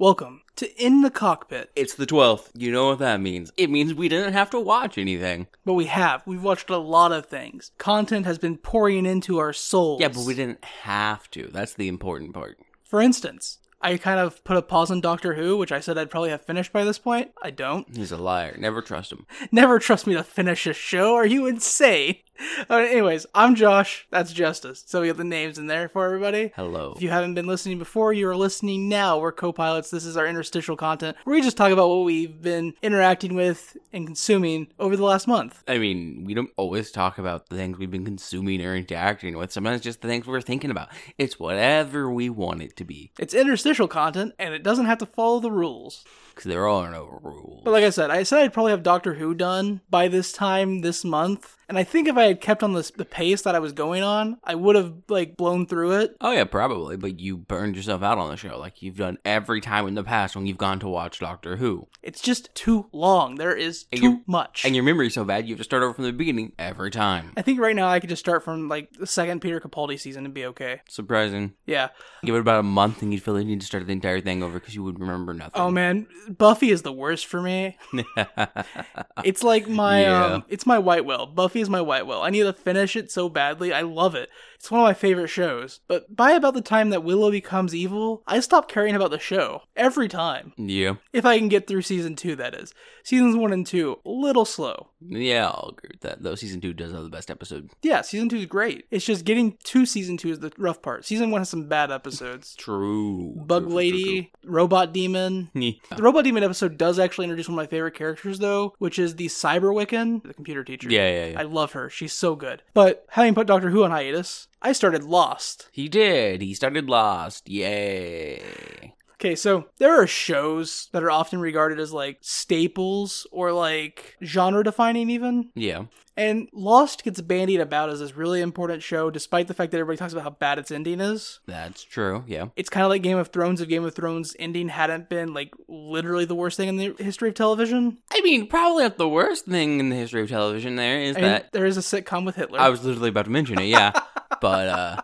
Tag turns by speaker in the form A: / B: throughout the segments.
A: Welcome to In the Cockpit.
B: It's the 12th. You know what that means. It means we didn't have to watch anything.
A: But we have. We've watched a lot of things. Content has been pouring into our souls.
B: Yeah, but we didn't have to. That's the important part.
A: For instance, I kind of put a pause on Doctor Who, which I said I'd probably have finished by this point. I don't.
B: He's a liar. Never trust him.
A: Never trust me to finish a show. Are you insane? Uh, anyways, I'm Josh. That's Justice. So we got the names in there for everybody.
B: Hello.
A: If you haven't been listening before, you are listening now. We're co pilots. This is our interstitial content where we just talk about what we've been interacting with and consuming over the last month.
B: I mean, we don't always talk about the things we've been consuming or interacting with. Sometimes just the things we're thinking about. It's whatever we want it to be.
A: It's interstitial content and it doesn't have to follow the rules.
B: Because there are no rules.
A: But like I said, I said I'd probably have Doctor Who done by this time this month. And I think if I had kept on this, the pace that I was going on, I would have like blown through it.
B: Oh yeah, probably, but you burned yourself out on the show like you've done every time in the past when you've gone to watch Doctor Who.
A: It's just too long. There is
B: And
A: too
B: you're-
A: much.
B: And your memory's so bad you have to start over from the beginning every time.
A: I think right now I could just start from like the second Peter Capaldi season and be okay.
B: Surprising.
A: Yeah.
B: Give it about a month and you'd feel like you need to start the entire thing over because you would remember nothing.
A: Oh man, Buffy is the worst for me. It's like my
B: Yeah.
A: um it's my white whale. Buffy is my white whale. I need to finish it so badly. I love it. It's one of my favorite shows. But by about the time that Willow becomes evil, I stop caring about the show every time.
B: yeah.
A: If I can get through season 2 that is. Seasons 1 and 2 a little slow.
B: Yeah, I'll agree with that. Though season two does have the best episode.
A: Yeah, season 2 is great. It's just getting to season 2 is the rough part. Season 1 has some bad episodes.
B: True.
A: Bug Lady, Robot Demon, The Robot Demon episode does actually introduce one of my favorite characters, though, which is the Cyber Wiccan, the computer teacher.
B: Yeah, yeah, yeah.
A: I love her. She's so good. But having put Doctor Who on hiatus, I started Lost.
B: He did. He started Lost. Yay.
A: Okay, so there are shows that are often regarded as like staples or like genre defining, even.
B: Yeah.
A: And Lost gets bandied about as this really important show, despite the fact that everybody talks about how bad its ending is.
B: That's true. Yeah.
A: It's kind of like Game of Thrones if Game of Thrones ending hadn't been like literally the worst thing in the history of television.
B: I mean, probably not the worst thing in the history of television there is
A: I mean,
B: that
A: there is a sitcom with Hitler.
B: I was literally about to mention it, yeah. but uh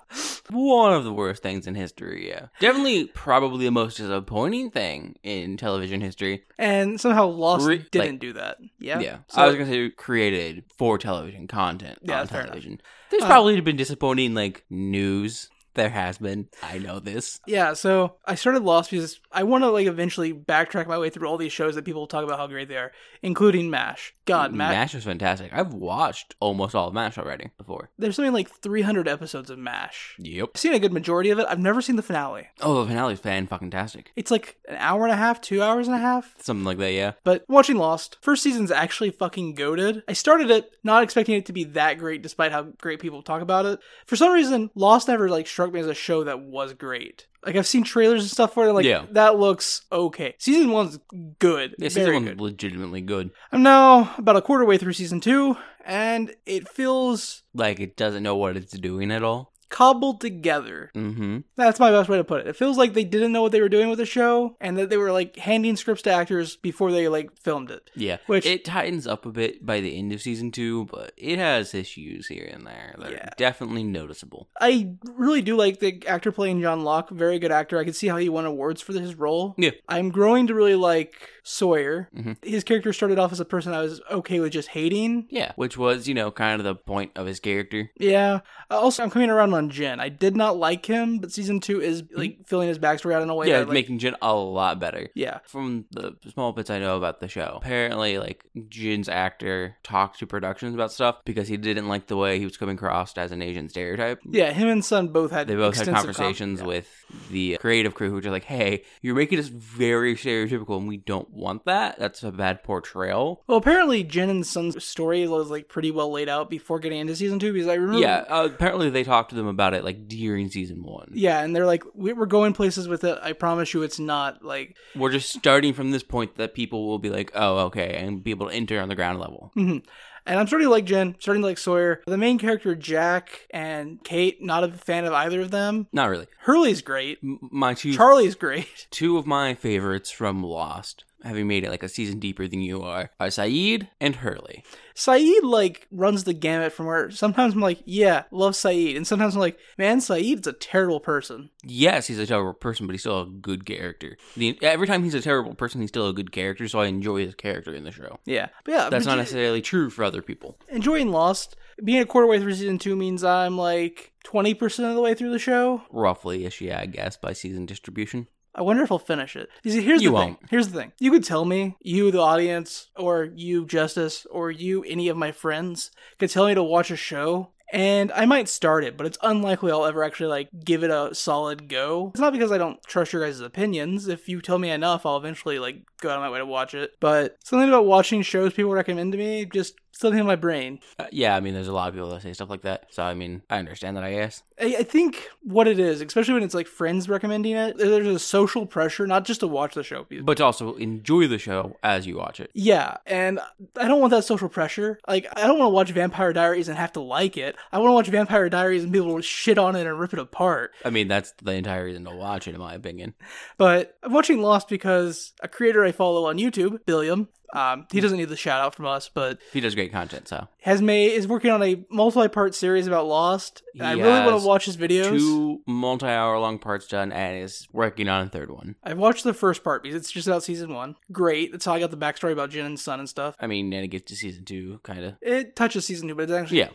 B: one of the worst things in history, yeah. Definitely probably the most disappointing thing in television history.
A: And somehow Lost
B: Re-
A: didn't
B: like-
A: do that. Yeah.
B: Yeah.
A: So,
B: I was gonna say created for television content
A: Yeah,
B: on
A: fair enough.
B: television. There's
A: Uh,
B: probably been disappointing like news. There has been. I know this.
A: yeah, so I started Lost because I want to like eventually backtrack my way through all these shows that people talk about how great they are, including MASH.
B: Uh,
A: God, MASH.
B: Mm, MASH was fantastic. I've watched almost all of MASH already before.
A: There's something like 300 episodes of MASH.
B: Yep.
A: I've seen a good majority of it. I've never seen the finale.
B: Oh, the finale's fan fucking tastic.
A: It's like an hour and a half, two hours and a half.
B: Something like that, yeah.
A: But watching Lost, first season's actually fucking goaded. I started it not expecting it to be that great despite how great people talk about it. For some reason, Lost never like struck me as a show that was great. Like I've seen trailers and stuff for it, and, like
B: Yeah.
A: that looks okay. Season one's good.
B: Yeah,
A: very
B: season one's
A: good.
B: legitimately good.
A: I'm now about a quarter way through season two, and it feels
B: Like it doesn't know what it's doing at all.
A: cobbled together.
B: Mm-hmm.
A: That's my best way to put it. It feels like they didn't know what they were doing with the show and that they were like handing scripts to actors before they like filmed it.
B: Yeah,
A: Which-
B: it tightens up a bit by the end of season two, but it has issues here and there that
A: Yeah.
B: are definitely noticeable.
A: I really do like the actor playing John Locke. Very good actor. I can see how he won awards for his role.
B: Yeah.
A: I'm growing to really like Sawyer.
B: Mhm.
A: His character started off as a person I was okay with just hating.
B: Yeah, which was you know kind of the point of his character.
A: Yeah. Uh, Also, I'm coming around on Jen. I did not like him, but season two is like filling his backstory out in a way
B: Mm-hmm. yeah,
A: that like,
B: making Jin a lot better.
A: yeah.
B: From the small bits I know about the show, apparently, like Jin's actor talked to productions about stuff because he didn't like the way he was coming across as an Asian stereotype.
A: Yeah, him and Son both had
B: They both had
A: extensive com-
B: conversations
A: yeah.
B: with the creative crew who were just like, hey, you're making us very stereotypical and we don't want that. That's a bad portrayal.
A: Well, apparently Jen and Son's story was like pretty well laid out before getting into season two because I remember
B: Yeah, uh, apparently they talked to them about it like during season one.
A: Yeah, and they're like, "We- we're going places with it. I promise you, it's not like
B: We're just starting from this point that people will be like, oh, okay, and be able to enter on the ground level.
A: And I'm starting to like Jen, starting to like Sawyer. The main character, Jack and Kate, not a fan of either of them.
B: Not really.
A: Hurley's great.
B: M- My two
A: Charlie's great.
B: two of my favorites from Lost, having made it like a season deeper than you are, are Saeed and Hurley.
A: Saeed like runs the gamut from where sometimes I'm like, yeah, love Saeed, and sometimes I'm like, man, Saeed is a terrible person.
B: Yes, he's a terrible person, but he's still a good character. The, every time he's a terrible person, he's still a good character, so I enjoy his character in the show.
A: Yeah, but yeah, Uh, but
B: That's not
A: you-
B: necessarily true for other people.
A: enjoying Lost. Being a quarter way through season two means I'm like twenty percent of the way through the show.
B: Roughly ish, yeah, I guess, by season distribution.
A: I wonder if I'll finish it. You see, here's
B: You
A: the
B: won't.
A: thing. Here's the thing. You could tell me, you the audience, or you Justice, or you any of my friends could tell me to watch a show, and I might start it, but it's unlikely I'll ever actually like give it a solid go. It's not because I don't trust your guys' opinions. If you tell me enough, I'll eventually like go out of my way to watch it. But something about watching shows people recommend to me just something in my brain.
B: Uh, yeah, I mean, there's a lot of people that say stuff like that, so I mean, I understand that, I guess.
A: I, I think what it is, especially when it's like friends recommending it, there- there's a social pressure not just to watch the show,
B: But to also enjoy the show as you watch it.
A: Yeah, and I don't want that social pressure. Like, I don't want to watch Vampire Diaries and have to like it. I want to watch Vampire Diaries and people will shit on it and rip it apart.
B: I mean, that's the entire reason to watch it, in my opinion.
A: But I'm watching Lost because a creator I follow on YouTube, Billiam, um, he doesn't need the shout out from us, but
B: He does great content, so.
A: has made is working on a multi-part series about Lost. And I really want
B: Yes.
A: to watch his videos.
B: two multi-hour long parts done and is working on a third one.
A: I've watched the first part because it's just about season one. Great, that's how I got the backstory about Jin and Sun and stuff.
B: I mean, and it gets to season two, kind of.
A: It touches season two, but it's actually
B: Yeah,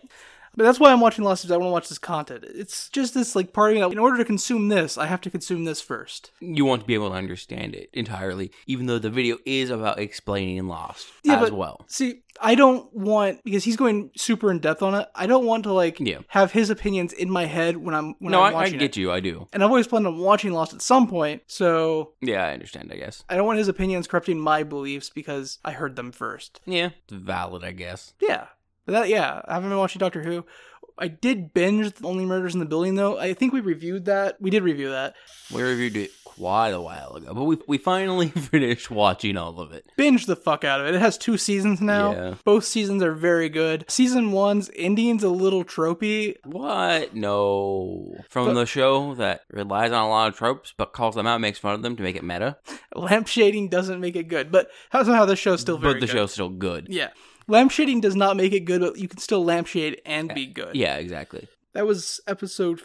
A: But that's why I'm watching Lost is I want to watch this content. It's just this like part of me that in order to consume this, I have to consume this first.
B: you want to be able to understand it entirely, even though the video is about explaining Lost
A: Yeah,
B: as
A: but-
B: well.
A: See, I don't want because he's going super in depth on it. I don't want to like
B: Yeah.
A: have his opinions in my head when I'm when
B: No,
A: I'm
B: I, I
A: watching it.
B: get you. I do.
A: And I've always planned on watching Lost at some point, so
B: Yeah, I understand. I guess.
A: I don't want his opinions corrupting my beliefs because I heard them first.
B: Yeah, it's valid. I guess.
A: Yeah. But that yeah, I haven't been watching Doctor Who. I did binge the Only Murders in the Building though. I think we reviewed that. We did review that.
B: We reviewed it quite a while ago, but we we finally finished watching all of it.
A: binge the fuck out of it. It has two seasons now.
B: Yeah.
A: Both seasons are very good. Season one's ending's a little tropey.
B: What? No. From
A: But-
B: the show that relies on a lot of tropes, but calls them out, makes fun of them to make it meta.
A: Lampshading doesn't make it good, but how- somehow the show's still very
B: But the
A: good.
B: show's still good.
A: Yeah. Lampshading does not make it good, but you can still lampshade and be good.
B: Yeah, exactly.
A: That was episode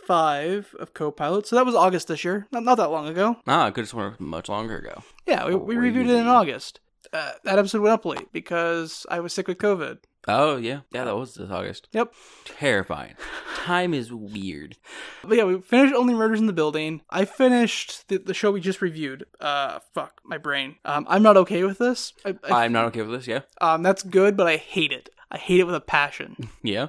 A: 55 of Copilot. So that was August this year. Not, not that long ago.
B: Ah, I could have sworn it was much longer ago.
A: Yeah, we, we reviewed it in
B: Crazy.
A: August. Uh, that episode went up late because I was sick with COVID.
B: Oh yeah, yeah, that was this August.
A: Yep.
B: Terrifying. Time is weird.
A: But yeah, we finished Only Murders in the Building. I finished the, the show we just reviewed. Uh, fuck my brain. Um, I'm not okay with this. I, I,
B: I'm not okay with this. Yeah,
A: um, that's good, but I hate it. I hate it with a passion.
B: yeah.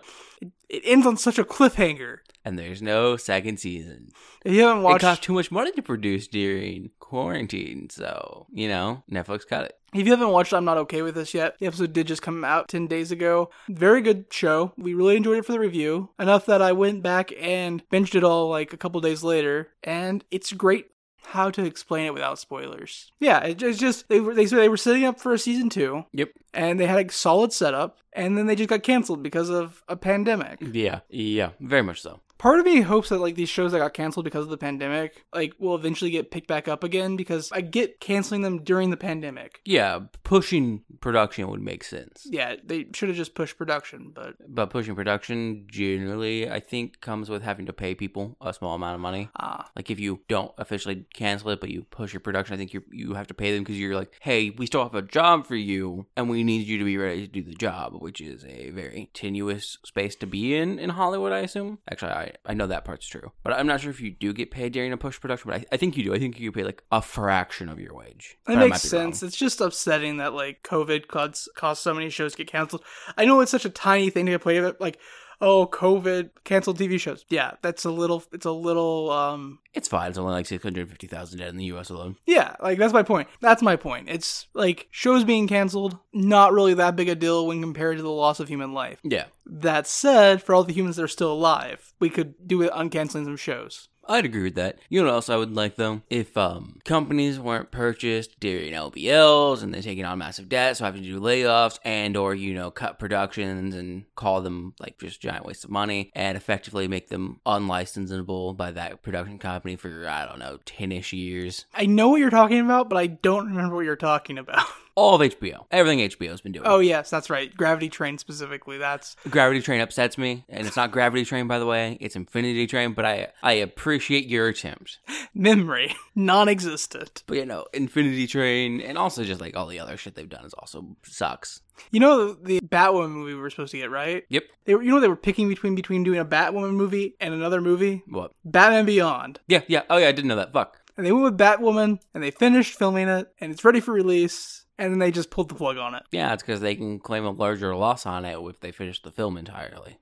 A: it ends on such a cliffhanger.
B: And there's no second season.
A: If you haven't
B: It
A: watched,
B: cost too much money to produce during quarantine, so you know Netflix cut it.
A: if you haven't watched, I'm not okay with this yet. The episode did just come out ten days ago. Very good show. We really enjoyed it for the review. Enough that I went back and binged it all like a couple days later, and it's great. How to explain it without spoilers? Yeah, it, it's just they were they, so they were setting up for a season two.
B: Yep.
A: and they had a solid setup and then they just got canceled because of a pandemic
B: Yeah, yeah, very much so.
A: part of me hopes that like these shows that got canceled because of the pandemic like will eventually get picked back up again because i get canceling them during the pandemic
B: Yeah, pushing production would make sense,
A: yeah they should have just pushed production but
B: but pushing production generally, I think, comes with having to pay people a small amount of money.
A: ah
B: Like if you don't officially cancel it, but you push your production, I think you you have to pay them because you're like, hey, we still have a job for you, and we need you to be ready to do the job, which is a very tenuous space to be in in Hollywood, I assume. Actually, I, I know that part's true, but I'm not sure if you do get paid during a push production, but I, I think you do. I think you get paid like a fraction of your wage.
A: that
B: But I
A: makes
B: might be wrong.
A: sense. It's just upsetting that like COVID caused, caused so many shows to get canceled. I know it's such a tiny thing to get played, but like, oh, COVID canceled TV shows. Yeah, that's a little. It's a little um,
B: It's fine. It's only like six hundred fifty thousand dead in the U.S. alone.
A: Yeah, like that's my point. That's my point. It's like shows being canceled, not really that big a deal when compared to the loss of human life.
B: Yeah.
A: That said, for all the humans that are still alive, we could do it uncanceling some shows.
B: I'd agree with that. You know what else I would like though? If um companies weren't purchased during LBLs and they're taking on massive debt, so having to do layoffs and or you know cut productions and call them like just giant waste of money and effectively make them unlicensable by that production company for I don't know ten ish years.
A: I know what you're talking about, but I don't remember what you're talking about.
B: All of HBO, everything HBO's been doing.
A: Oh yes, that's right. Gravity Train specifically. That's
B: Gravity Train upsets me, and it's not Gravity Train, by the way. It's Infinity Train, but I I appreciate your attempt.
A: memory, non-existent.
B: But you know, Infinity Train, and also just like all the other shit they've done is also sucks.
A: You know the Batwoman movie we were supposed to get, right?
B: Yep.
A: They were, you know they were picking between between doing a Batwoman movie and another movie,
B: What?
A: Batman Beyond,
B: Yeah, yeah. Oh yeah, I didn't know that. Fuck.
A: and they went with Batwoman, and they finished filming it, and it's ready for release, and then they just pulled the plug on it.
B: Yeah, it's because they can claim a larger loss on it if they finish the film entirely.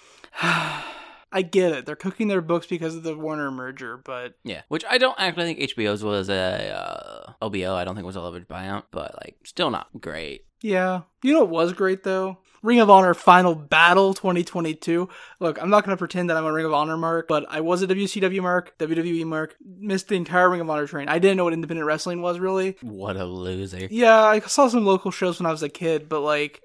A: I get it. They're cooking their books because of the Warner merger, but
B: Yeah, which I don't actually think HBO's was a uh, LBO. I don't think it was a leveraged buyout, but like still not great.
A: yeah. You know what was great though? Ring of Honor Final Battle 2022. Look, I'm not going to pretend that I'm a Ring of Honor mark, but I was a WCW mark, WWE mark, missed the entire Ring of Honor train. I didn't know what independent wrestling was really.
B: What a loser.
A: Yeah, I saw some local shows when I was a kid, but like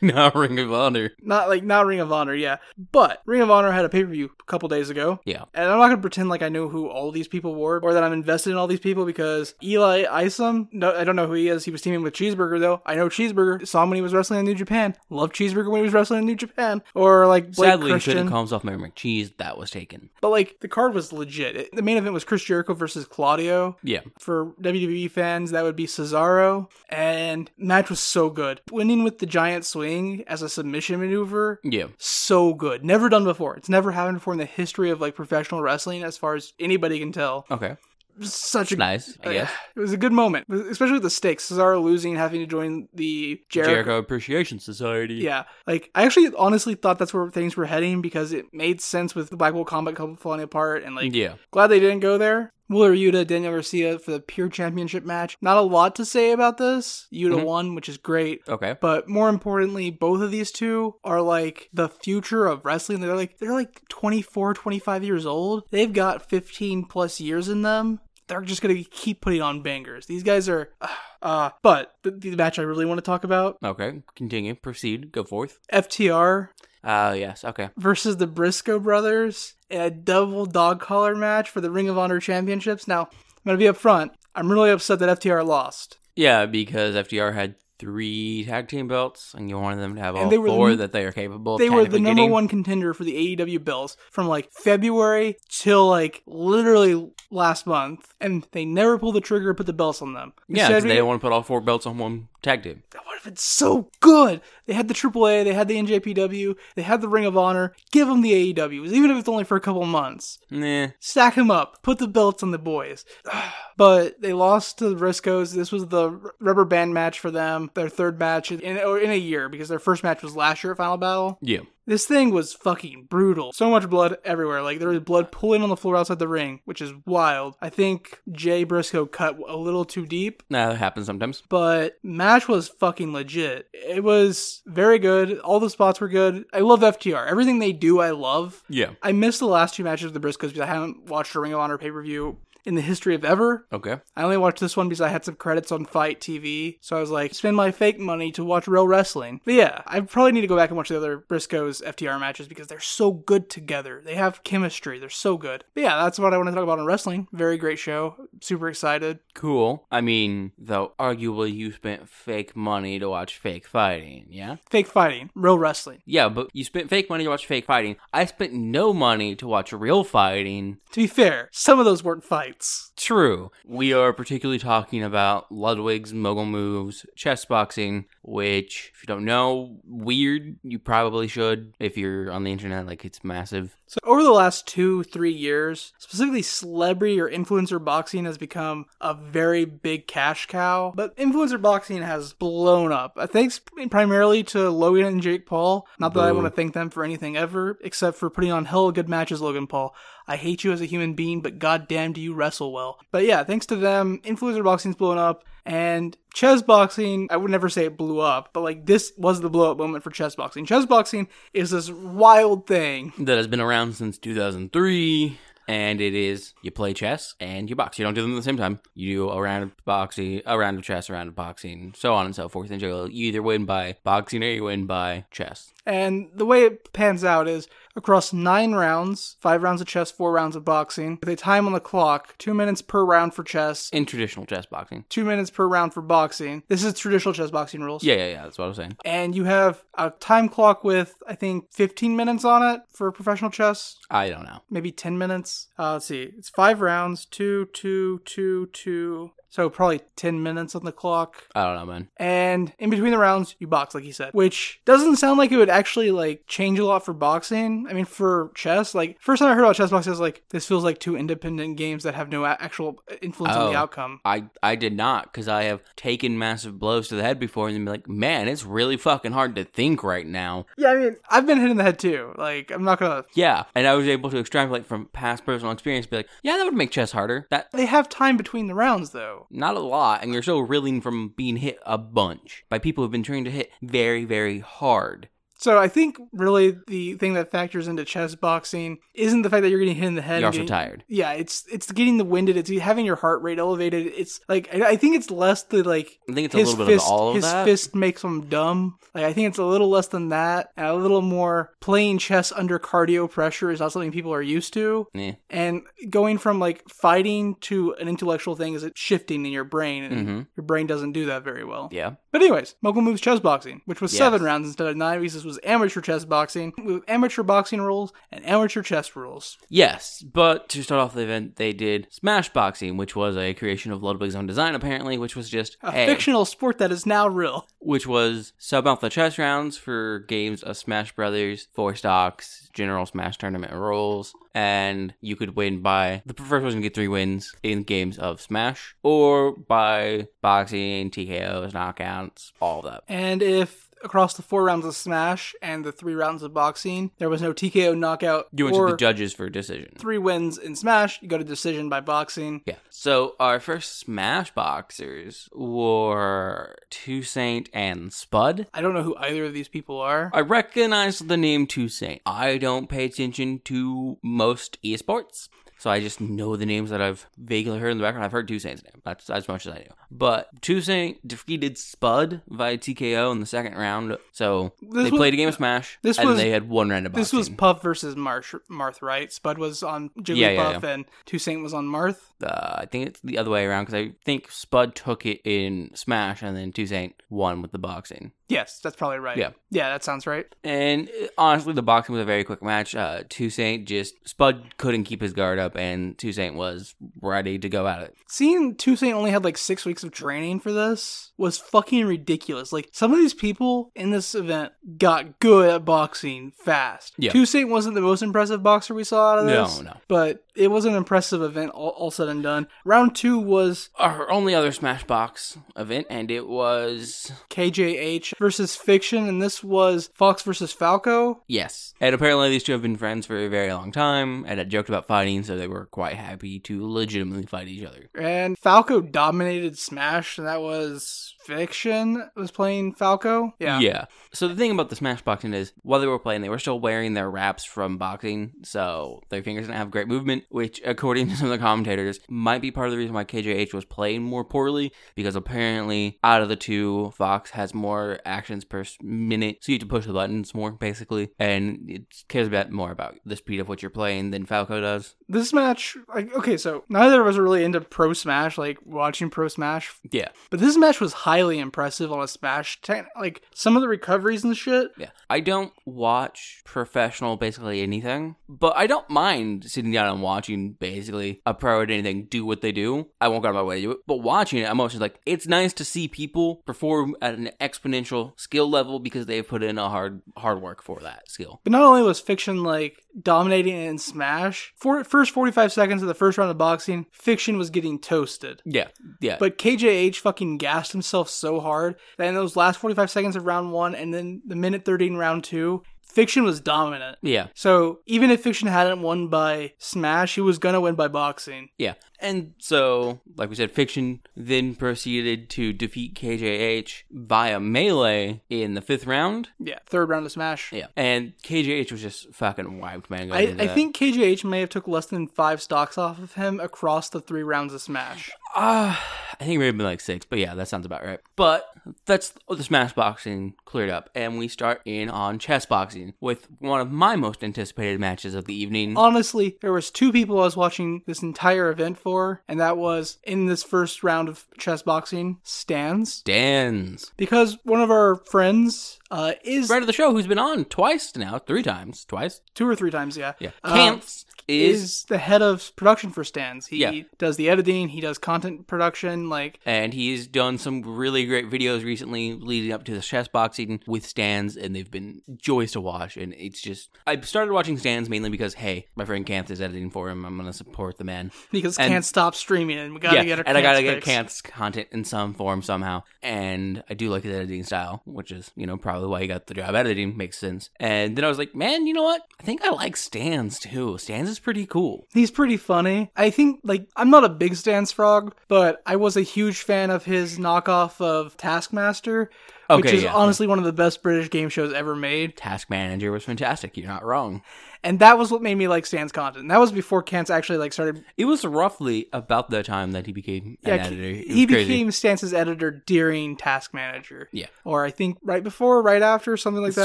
B: not Ring of Honor.
A: not like not Ring of Honor, yeah. But Ring of Honor had a pay-per-view a couple days ago.
B: Yeah.
A: And I'm not gonna pretend like I know who all these people were or that I'm invested in all these people because Eli Isom, no, I don't know who he is. He was teaming with Cheeseburger though. I know Cheeseburger. Saw him when he was wrestling in New Japan. Loved Cheeseburger when he was wrestling in New Japan. Or like Blake
B: Sadly, you
A: Christian.
B: shouldn't call himself Mary McCheese. That was taken.
A: but like the card was legit. It- the main event was Chris Jericho versus Claudio.
B: Yeah.
A: For WWE fans, that would be Cesaro. And match was so good. Winning with the giant swing as a submission maneuver
B: Yeah.
A: so good. Never done before. It's never happened before in the history of like professional wrestling, as far as anybody can tell.
B: Okay.
A: Such a
B: Nice, I guess.
A: It was a good moment, especially with the stakes. Cesaro losing, having to join the Jericho.
B: Jericho Appreciation Society.
A: Yeah, like I actually honestly thought that's where things were heading because it made sense with the Blackpool Combat Club falling apart, and like
B: Yeah.
A: glad they didn't go there. Will Ryuta, Daniel Garcia for the Pure Championship match. Not a lot to say about this. Yuta
B: Mhm.
A: won, which is great.
B: Okay.
A: But more importantly, both of these two are like the future of wrestling. They're like they're like 24, 25 years old. They've got 15 plus years in them. They're just going to keep putting on bangers. These guys are uh but the, the match I really want to talk about,
B: Okay. Continue. Proceed. Go forth.
A: FTR
B: Oh, yes. Okay.
A: versus the Briscoe brothers in a double dog collar match for the Ring of Honor championships. Now, I'm going to be up front. I'm really upset that FTR lost.
B: Yeah, because FDR had three tag team belts, and you wanted them to have all
A: they were the
B: four
A: n-
B: that they are capable of.
A: they were the
B: technically
A: number
B: getting.
A: one contender for the AEW bills from like February till like literally last month, and they never pulled the trigger to put the belts on them.
B: Yeah,
A: Instead,
B: 'cause they
A: we-
B: don't want to put all four belts on one tag team.
A: that would have been so good. They had the AAA, they had the NJPW, they had the Ring of Honor. Give them the AEWs, even if it's only for a couple months.
B: Nah.
A: Stack them up, put the belts on the boys. but they lost to the Briscoes. This was the r- rubber band match for them, their third match in, or in a year because their first match was last year at Final Battle.
B: Yeah.
A: This thing was fucking brutal. So much blood everywhere. Like there was blood pooling on the floor outside the ring, which is wild. I think Jay Briscoe cut a little too deep,
B: Nah, that happens sometimes.
A: but match was fucking legit. It was very good. All the spots were good. I love FTR. Everything they do, I love.
B: Yeah.
A: I missed the last two matches of the Briscoes because I haven't watched a Ring of Honor pay per view in the history of ever.
B: Okay.
A: I only watched this one because I had some credits on Fight TV, so I was like, spend my fake money to watch real wrestling. But yeah, I probably need to go back and watch the other Briscoes FTR matches because they're so good together. They have chemistry. They're so good. But yeah, that's what I want to talk about on wrestling. Very great show. Super excited.
B: Cool. I mean, though, arguably you spent fake money to watch fake fighting. Yeah.
A: Fake fighting, real wrestling.
B: Yeah, but you spent fake money to watch fake fighting. I spent no money to watch real fighting.
A: To be fair, some of those weren't fights.
B: True. We are particularly talking about Ludwig's mogul moves, chess boxing, which, if you don't know, weird. You probably should if you're on the internet. Like, it's massive.
A: So over the last two, three years, specifically celebrity or influencer boxing has become a very big cash cow. But influencer boxing has blown up. I thanks primarily to Logan and Jake Paul. Not that I
B: Boo.
A: want to thank them for anything ever, except for putting on hell of good matches, Logan Paul. I hate you as a human being, but goddamn do you wrestle well. But yeah, thanks to them, influencer boxing's blown up. And chess boxing, I would never say it blew up, but like this was the blow up moment for chess boxing. Chess boxing is this wild thing
B: That has been around since 2003. and it is you play chess and you box. You don't do them at the same time. You do a round of boxing, a round of chess, a round of boxing, so on and so forth. And you'll- you either win by boxing or you win by chess.
A: And the way it pans out is across nine rounds, five rounds of chess, four rounds of boxing, with a time on the clock, two minutes per round for chess,
B: In traditional chess boxing.
A: two minutes per round for boxing. This is traditional chess boxing rules.
B: Yeah, yeah, yeah. That's what I was saying.
A: And you have a time clock with, I think, 15 minutes on it for professional chess,
B: I don't know.
A: maybe 10 minutes. Uh, let's see, it's five rounds, two, two, two, two. So probably 10 minutes on the clock.
B: I don't know, man.
A: and in between the rounds you box like he said which doesn't sound like it would actually like change a lot for boxing i mean for chess like first time i heard about chess boxing I was like this feels like two independent games that have no a- actual influence on the
B: Oh.
A: outcome
B: I I did not because I have taken massive blows to the head before and been like, man, it's really fucking hard to think right now.
A: yeah i mean i've been hit in the head too like i'm not gonna
B: Yeah, and I was able to extrapolate from past personal experience, be like, yeah, that would make chess harder. That
A: they have time between the rounds though
B: not a lot, and you're still reeling from being hit a bunch by people who've been trained to hit very, very hard.
A: so i think really the thing that factors into chess boxing isn't the fact that you're getting hit in the head
B: You're
A: and
B: also
A: getting-
B: tired.
A: yeah it's it's getting the winded it's having your heart rate elevated it's like i, I think it's less the like
B: I think it's a
A: his
B: little bit
A: fist,
B: of all of
A: his
B: that.
A: fist makes him dumb. Like I think it's a little less than that, and a little more playing chess under cardio pressure is not something people are used to.
B: Yeah.
A: And going from like fighting to an intellectual thing is shifting in your brain, and
B: Mhm.
A: your brain doesn't do that very well.
B: Yeah.
A: But anyways, Mogul moves chess boxing, which was
B: Yes.
A: seven rounds instead of nine because this was amateur chess boxing with amateur boxing rules and amateur chess rules.
B: Yes, but to start off the event, they did Smash Boxing, which was a creation of Ludwig's own design, apparently, which was just
A: A
B: hey,
A: fictional sport that is now real.
B: which was sub out the chess rounds for games of Smash Brothers, four stocks, general Smash tournament rules, and you could win by the first person to get three wins in games of Smash, or by boxing, TKOs, knockouts, all that.
A: And if across the four rounds of Smash and the three rounds of boxing, there was no TKO knockout
B: You went
A: or
B: to the judges for a decision.
A: three wins in Smash, you go to decision by boxing.
B: Yeah. So our first Smash Boxers were Toussaint and Spud.
A: I don't know who either of these people are.
B: I recognize the name Toussaint. I don't pay attention to most esports, so I just know the names that I've vaguely heard in the background. I've heard Toussaint's name. That's as much as I know. But Toussaint defeated Spud via TKO in the second round, so
A: This
B: they
A: was-
B: played a game of Smash,
A: this
B: and
A: was-
B: they had one round of boxing.
A: This was Puff versus Marsh, Marth, right? Spud was on Jigglypuff
B: Yeah, yeah,
A: and Toussaint was on Marth.
B: uh, I think it's the other way around because I think Spud took it in Smash, and then Toussaint won with the boxing.
A: Yes, that's probably right.
B: Yeah.
A: Yeah, that sounds right.
B: And uh, honestly, the boxing was a very quick match. Uh, Toussaint just Spud couldn't keep his guard up, and Toussaint was ready to go at it.
A: Seeing Toussaint only had like six weeks of training for this was fucking ridiculous. Like some of these people in this event got good at boxing fast.
B: Yeah.
A: Toussaint wasn't the most impressive boxer we saw out of
B: No,
A: this.
B: no.
A: But it was an impressive event all, all said and done. Round two was
B: Our only other Smashbox event, and it was
A: KJH versus Fiction, and this was Fox versus Falco.
B: yes. And apparently, these two have been friends for a very long time, and had joked about fighting, so they were quite happy to legitimately fight each other.
A: And Falco dominated Smash, and that was Fiction was playing Falco. Yeah.
B: So the thing about the Smash boxing is while they were playing, they were still wearing their wraps from boxing, so their fingers didn't have great movement, which according to some of the commentators might be part of the reason why KJH was playing more poorly, because apparently out of the two, Fox has more actions per s- minute, so you have to push the buttons more, basically. And it cares about more about the speed of what you're playing than Falco does.
A: This match, like, okay, so neither of us are really into Pro Smash, like watching Pro Smash,
B: Yeah.
A: but this match was highly impressive on a Smash. Ten- like, some of the recoveries and shit.
B: Yeah. I don't watch professional basically anything, but I don't mind sitting down and watching basically a pro at anything do what they do. I won't go out of my way to do it, but watching it, I'm always just like, it's nice to see people perform at an exponential skill level because they've put in a hard hard work for that skill.
A: But not only was Fiction, like, dominating in Smash, for first 45 seconds of the first round of boxing, Fiction was getting toasted.
B: Yeah. Yeah.
A: But KJH fucking gassed himself so hard that in those last 45 seconds of round one and then the minute 30 in round two, fiction was dominant.
B: Yeah.
A: So even if fiction hadn't won by Smash, it was gonna win by boxing.
B: Yeah. And so, like we said, Fiction then proceeded to defeat KJH via melee in the fifth round.
A: Yeah, third round of Smash.
B: Yeah. uh, And KJH was just fucking wiped, man. going
A: I,
B: into
A: I
B: that.
A: think KJH may have took less than five stocks off of him across the three rounds of Smash.
B: Uh, I think maybe like six, but yeah, that sounds about right. But that's the Smash Boxing cleared up, and we start in on chess boxing with one of my most anticipated matches of the evening.
A: Oh. Honestly, there was two people I was watching this entire event for, and that was in this first round of chess boxing, Stans.
B: Dan's.
A: Because one of our friends uh, is
B: Friend of the show who's been on twice now, three times, twice.
A: two or three times, yeah.
B: Yeah.
A: Uh,
B: Kantz is,
A: is the head of production for Stans. He
B: Yeah.
A: does the editing, he does content production, like
B: and he's done some really great videos recently leading up to the chess boxing with Stans, and they've been joys to watch. And it's just, I started watching Stans mainly because, hey, my friend Kantz is editing for him. I'm going to support the man.
A: because
B: And-
A: can't stop streaming and we gotta
B: yeah,
A: get our
B: and I gotta
A: Kantz
B: get
A: fixed.
B: Kant's content in some form somehow. And I do like his editing style, which is you know probably why he got the job editing makes sense. And then I was like, man, you know what? I think I like Stans too. Stans is pretty cool.
A: He's pretty funny. I think, like, I'm not a big Stans Frog, but I was a huge fan of his knockoff of Taskmaster, which
B: Okay,
A: is
B: yeah.
A: honestly one of the best British game shows ever made.
B: Task Manager was fantastic. You're not wrong.
A: And that was what made me like Stans content. That was before Kant's actually like started.
B: It was roughly about the time that he became an
A: Yeah,
B: editor. It
A: he
B: was crazy.
A: became Stans's editor during Task Manager.
B: Yeah.
A: Or I think right before, right after, something like that.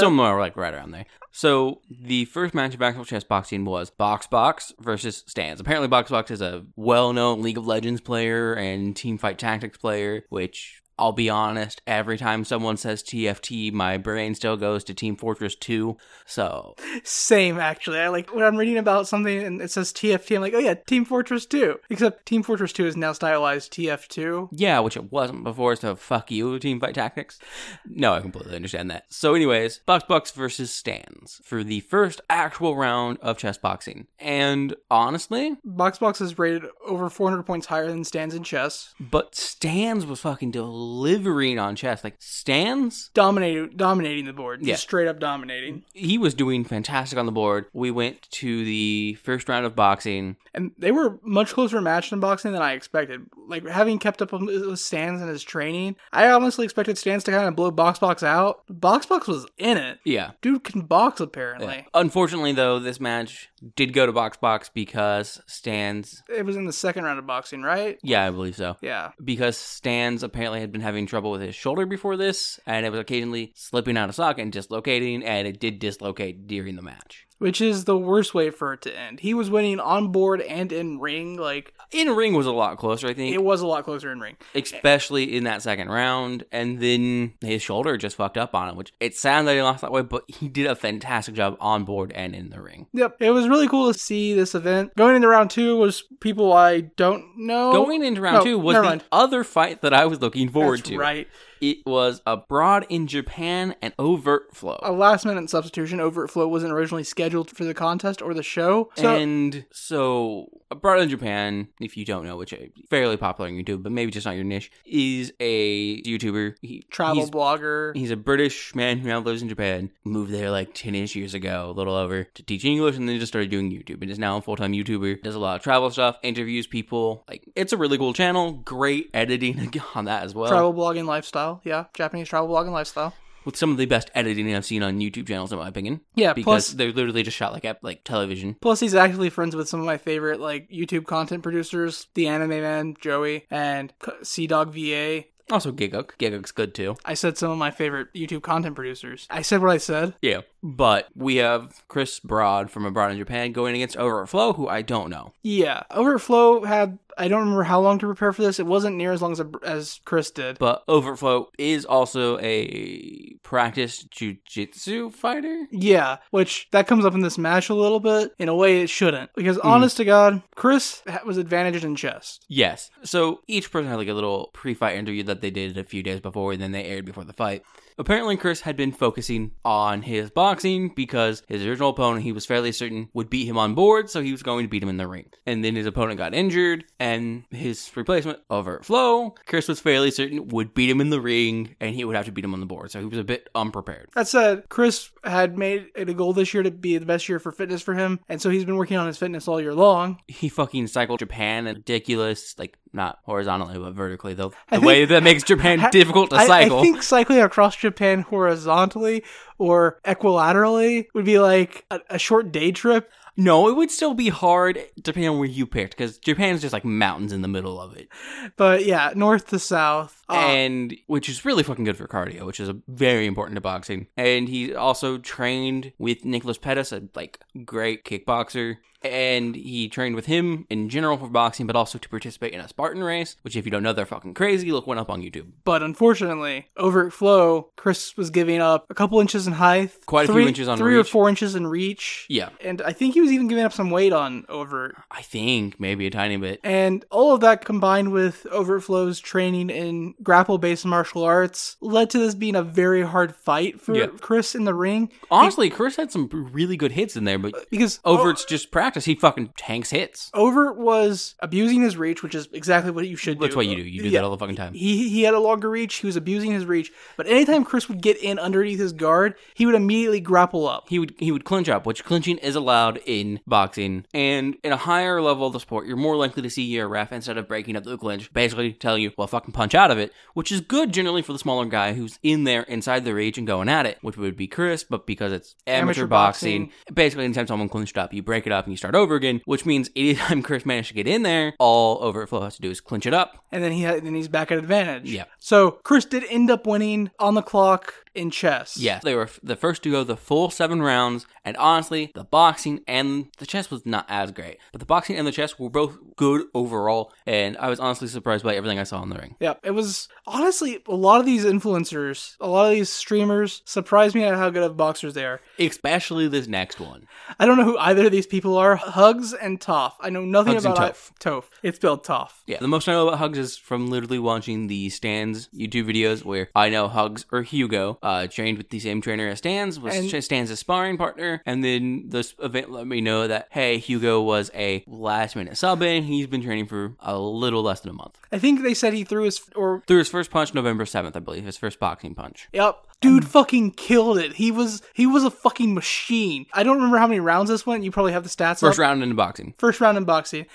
B: Somewhere like right around there. So the first match of actual chess boxing was Box Box versus Stans. Apparently, Box Box is a well-known League of Legends player and Team Fight Tactics player, which. I'll be honest, every time someone says TFT, my brain still goes to Team Fortress 2. So,
A: Same, actually. I like when I'm reading about something and it says TFT, I'm like, oh yeah, Team Fortress 2. Except Team Fortress 2 is now stylized TF2.
B: yeah, which it wasn't before, so fuck you, Team Fight Tactics. No, I completely understand that. So, anyways, Box Box versus Stans for the first actual round of chess boxing. And honestly,
A: Boxbox is rated over 400 points higher than Stans in chess.
B: But Stans was fucking delivering on chess. Like Stans,
A: Dominating, dominating the board. Just
B: Yeah.
A: straight up dominating.
B: he was doing fantastic on the board. We went to the first round of boxing.
A: And they were much closer match in boxing than I expected. Like having kept up with Stans and his training, I honestly expected Stans to kind of blow Boxbox out. Boxbox was in it.
B: Yeah.
A: Dude can box apparently.
B: Unfortunately, though, this match did go to box box because Stans.
A: It was in the second round of boxing, right?
B: Yeah, I believe so.
A: Yeah.
B: Because Stans apparently had been having trouble with his shoulder before this, and it was occasionally slipping out of socket and dislocating, and it did dislocate during the match.
A: Which is the worst way for it to end. He was winning on board and in ring. Like
B: In ring was a lot closer, I think.
A: it was a lot closer in ring.
B: especially in that second round. And then his shoulder just fucked up on him, which it sounds like he lost that way, but he did a fantastic job on board and in the ring.
A: Yep, it was really cool to see this event. Going into round two was people I don't know.
B: Going into round
A: Oh, no,
B: two was the
A: never mind.
B: other fight that I was looking forward
A: That's
B: to.
A: right,
B: It was abroad in Japan and overt flow.
A: a last minute substitution. Overt Flow wasn't originally scheduled for the contest or the show. So
B: and so abroad in Japan, if you don't know, which is fairly popular on YouTube, but maybe just not your niche, is a YouTuber. He
A: travel
B: he's-
A: blogger.
B: He's a British man who now lives in Japan, moved there like 10 ish years ago, a little over, to teach English, and then just started doing YouTube. And is now a full time YouTuber, does a lot of travel stuff, interviews people. Like, it's a really cool channel. Great editing on that as well.
A: Travel blogging lifestyle, yeah. Japanese travel blogging lifestyle.
B: With some of the best editing I've seen on YouTube channels, in my opinion.
A: Yeah,
B: Because
A: plus
B: they're literally just shot like at like television.
A: plus he's actually friends with some of my favorite like YouTube content producers, the Anime Man Joey and Sea Dog VA.
B: Also, Giguk. Giguk's good too.
A: I said some of my favorite YouTube content producers. I said what I said.
B: Yeah. But we have Chris Broad from Abroad in Japan going against Overflow, who I don't know.
A: Yeah, Overflow had I don't remember how long to prepare for this. It wasn't near as long as as Chris did.
B: But Overflow is also a practiced jujitsu fighter.
A: Yeah, which that comes up in this match a little bit. In a way, it shouldn't because
B: Hmm.
A: honest to God, Chris ha- was advantaged in chess.
B: Yes. So each person had like a little pre fight interview that they did a few days before and then they aired before the fight. Apparently, Chris had been focusing on his boxing because his original opponent he was fairly certain would beat him on board, so he was going to beat him in the ring. And then his opponent got injured, and his replacement, Overt Flow, Chris was fairly certain would beat him in the ring, and he would have to beat him on the board. So he was a bit unprepared.
A: That said, Chris had made it a goal this year to be the best year for fitness for him, and so he's been working on his fitness all year long.
B: He fucking cycled Japan and ridiculous, like not horizontally but vertically though. The way that makes Japan
A: I-
B: difficult to
A: I-
B: cycle.
A: I, think cycling across Japan horizontally or equilaterally would be like a, a short day trip.
B: No, it would still be hard depending on where you picked, because Japan's just like mountains in the middle of it,
A: But yeah, north to south. Uh,
B: and which is really fucking good for cardio, which is uh, very important to boxing. And he also trained with Nicholas Pettis, a like great kickboxer, and he trained with him in general for boxing, but also to participate in a Spartan race. Which, if you don't know, they're fucking crazy. Look one up on YouTube.
A: but unfortunately, over at Flow, Chris was giving up a couple inches in height,
B: Quite a few
A: three,
B: inches on
A: three or
B: reach.
A: four inches in reach.
B: Yeah,
A: And I think he was even giving up some weight on Overt.
B: I think maybe a tiny bit.
A: And all of that combined with Overflow's training in grapple based martial arts led to this being a very hard fight for
B: Yeah.
A: Chris in the ring
B: Honestly, Chris had some really good hits in there, but
A: because
B: Overt's just practice. He fucking tanks hits.
A: Overt was abusing his reach, which is exactly what you should do.
B: That's what you do. You do that all the fucking time.
A: uh, He, he had a longer reach. He was abusing his reach. But anytime Chris would get in underneath his guard, he would immediately grapple up.
B: he would he would clinch up, which clinching is allowed in boxing. And in a higher level of the sport, you're more likely to see your ref instead of breaking up the clinch, basically telling you, well, fucking punch out of it, which is good generally for the smaller guy who's in there inside the reach and going at it, which would be Chris, but because it's amateur,
A: Amateur
B: boxing,
A: boxing.
B: basically anytime someone clinched up, you break it up and you start over again, which means anytime Chris managed to get in there, all Overflow has to do is clinch it up.
A: And then he had, then he's back at advantage.
B: Yeah.
A: So Chris did end up winning on the clock in chess.
B: Yeah, they were f- the first to go the full seven rounds, and honestly, the boxing and the chess was not as great, but the boxing and the chess were both good overall, and I was honestly surprised by everything I saw in the ring.
A: Yeah, it was honestly a lot of these influencers, a lot of these streamers surprised me at how good of boxers they are.
B: Especially this next one.
A: I don't know who either of these people are. Hugs and Toph. I know nothing
B: Hugs and
A: about I- Toph. It's spelled Toph.
B: Yeah, the most I know about Hugs is from literally watching the Stans YouTube videos where I know Hugs or Hugo uh, trained with the same trainer as Stans, was
A: And-
B: Stans' sparring partner, and then this event let me know that, hey, Hugo was a last minute sub in. He's been training for a little less than a month.
A: I think they said he threw his or
B: threw his first punch November 7th, I believe, his first boxing punch.
A: yep. Dude fucking killed it. He was he was a fucking machine. I don't remember how many rounds this went. You probably have the stats.
B: First
A: up.
B: round into boxing.
A: First round in boxing.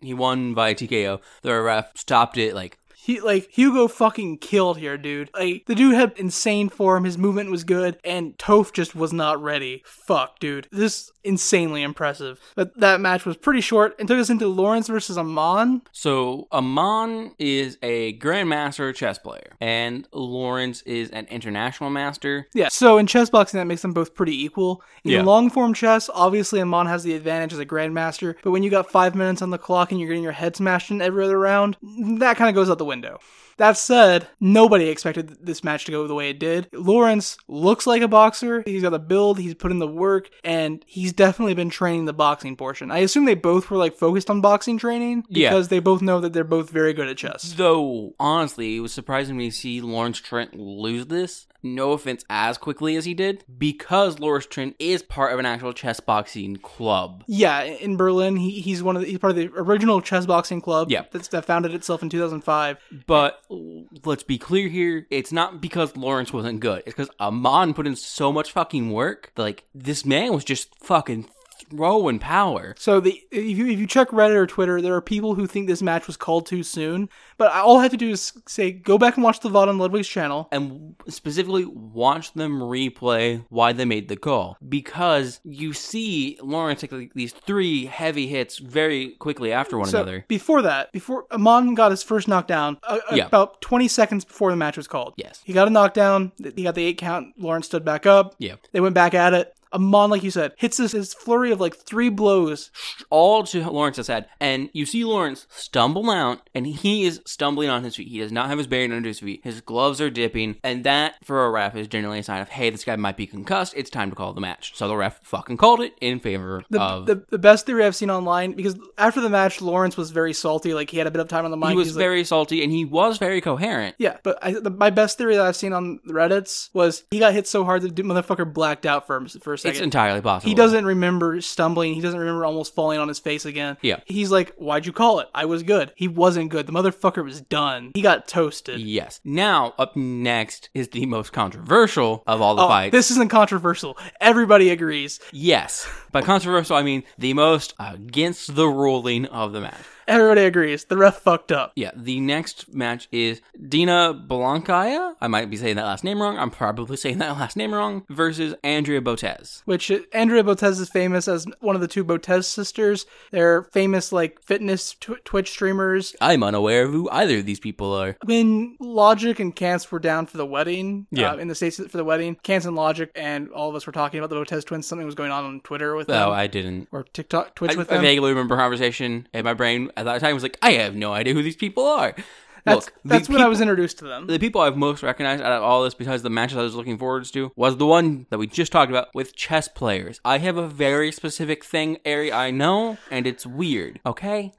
B: He won by TKO. The ref stopped it like
A: He like Hugo fucking killed here, dude. Like the dude had insane form, his movement was good, and Toph just was not ready. Fuck, dude. This is insanely impressive. But that match was pretty short and took us into Lawrence versus Amon.
B: so Amon is a grandmaster chess player and Lawrence is an international master.
A: Yeah. So in chess boxing that makes them both pretty equal. In
B: Yeah.
A: long form chess, obviously Amon has the advantage as a grandmaster, but when you got five minutes on the clock and you're getting your head smashed in every other round, that kinda goes out the window. That said, nobody expected this match to go the way it did. Lawrence looks like a boxer. He's got the build, he's put in the work, and he's definitely been training the boxing portion. I assume they both were like focused on boxing training
B: Yeah.
A: because they both know that they're both very good at chess.
B: Though honestly, it was surprising to me to see Lawrence Trent lose this. No offense, as quickly as he did, because Lawrence Trent is part of an actual chess boxing club.
A: Yeah, in Berlin, he, he's one of the, he's part of the original chess boxing club.
B: Yeah.
A: that's, that founded itself in 2005.
B: But let's be clear here. It's not because Lawrence wasn't good. It's because Amon put in so much fucking work. that, Like, this man was just fucking throwing power.
A: So the if you if you check Reddit or Twitter, there are people who think this match was called too soon. But I- all I have to do is say go back and watch the VOD on Ludwig's channel.
B: And specifically, watch them replay why they made the call. Because you see Lawrence take like, these three heavy hits very quickly after one
A: So
B: another.
A: before that, before Amon got his first knockdown, uh,
B: Yeah.
A: about 20 seconds before the match was called.
B: Yes.
A: He got a knockdown. He got the eight count. Lawrence stood back up.
B: Yeah.
A: They went back at it. Amon, like you said, hits this, this flurry of like three blows.
B: all to Lawrence's head, and you see Lawrence stumble out, and he is stumbling on his feet. He does not have his bearing under his feet. His gloves are dipping, and that for a ref is generally a sign of, hey, this guy might be concussed. It's time to call the match. So the ref fucking called it in favor
A: The,
B: of.
A: the, the best theory I've seen online because after the match, Lawrence was very salty. Like he had a bit of time on the mic.
B: he was
A: He's like-
B: very salty, and he was very coherent.
A: Yeah, but I, the, my best theory that I've seen on the Reddit's was he got hit so hard that the motherfucker blacked out for, for a
B: It's
A: second.
B: entirely possible.
A: he doesn't remember stumbling. He doesn't remember almost falling on his face again.
B: Yeah.
A: He's like, why'd you call it? I was good. He wasn't good. The motherfucker was done. He got toasted.
B: Yes. Now, up next is the most controversial of all the
A: Oh,
B: fights.
A: this isn't controversial. Everybody agrees.
B: yes. By controversial, I mean the most against the ruling of the match.
A: Everybody agrees. The ref fucked up.
B: Yeah, the next match is Dina Blancaya. I might be saying that last name wrong. I'm probably saying that last name wrong. Versus Andrea Botez.
A: Which uh, Andrea Botez is famous as one of the two Botez sisters. They're famous like fitness tw- Twitch streamers.
B: I'm unaware of who either of these people are.
A: when Logic and Cance were down for the wedding,
B: Yeah.
A: uh, in the states for the wedding, Cance and Logic and all of us were talking about the Botez twins. Something was going on on Twitter with them,
B: Oh, I didn't.
A: or TikTok, Twitch
B: I,
A: Um, with
B: I
A: them.
B: vaguely remember a conversation in my brain at that time was like, I have no idea who these people are.
A: that's
B: Look, the
A: that's when I
B: people-
A: was introduced to them.
B: The people I've most recognized out of all this, besides the matches I was looking forward to, was the one that we just talked about with chess players. I have a very specific thing area I know, and it's weird. Okay.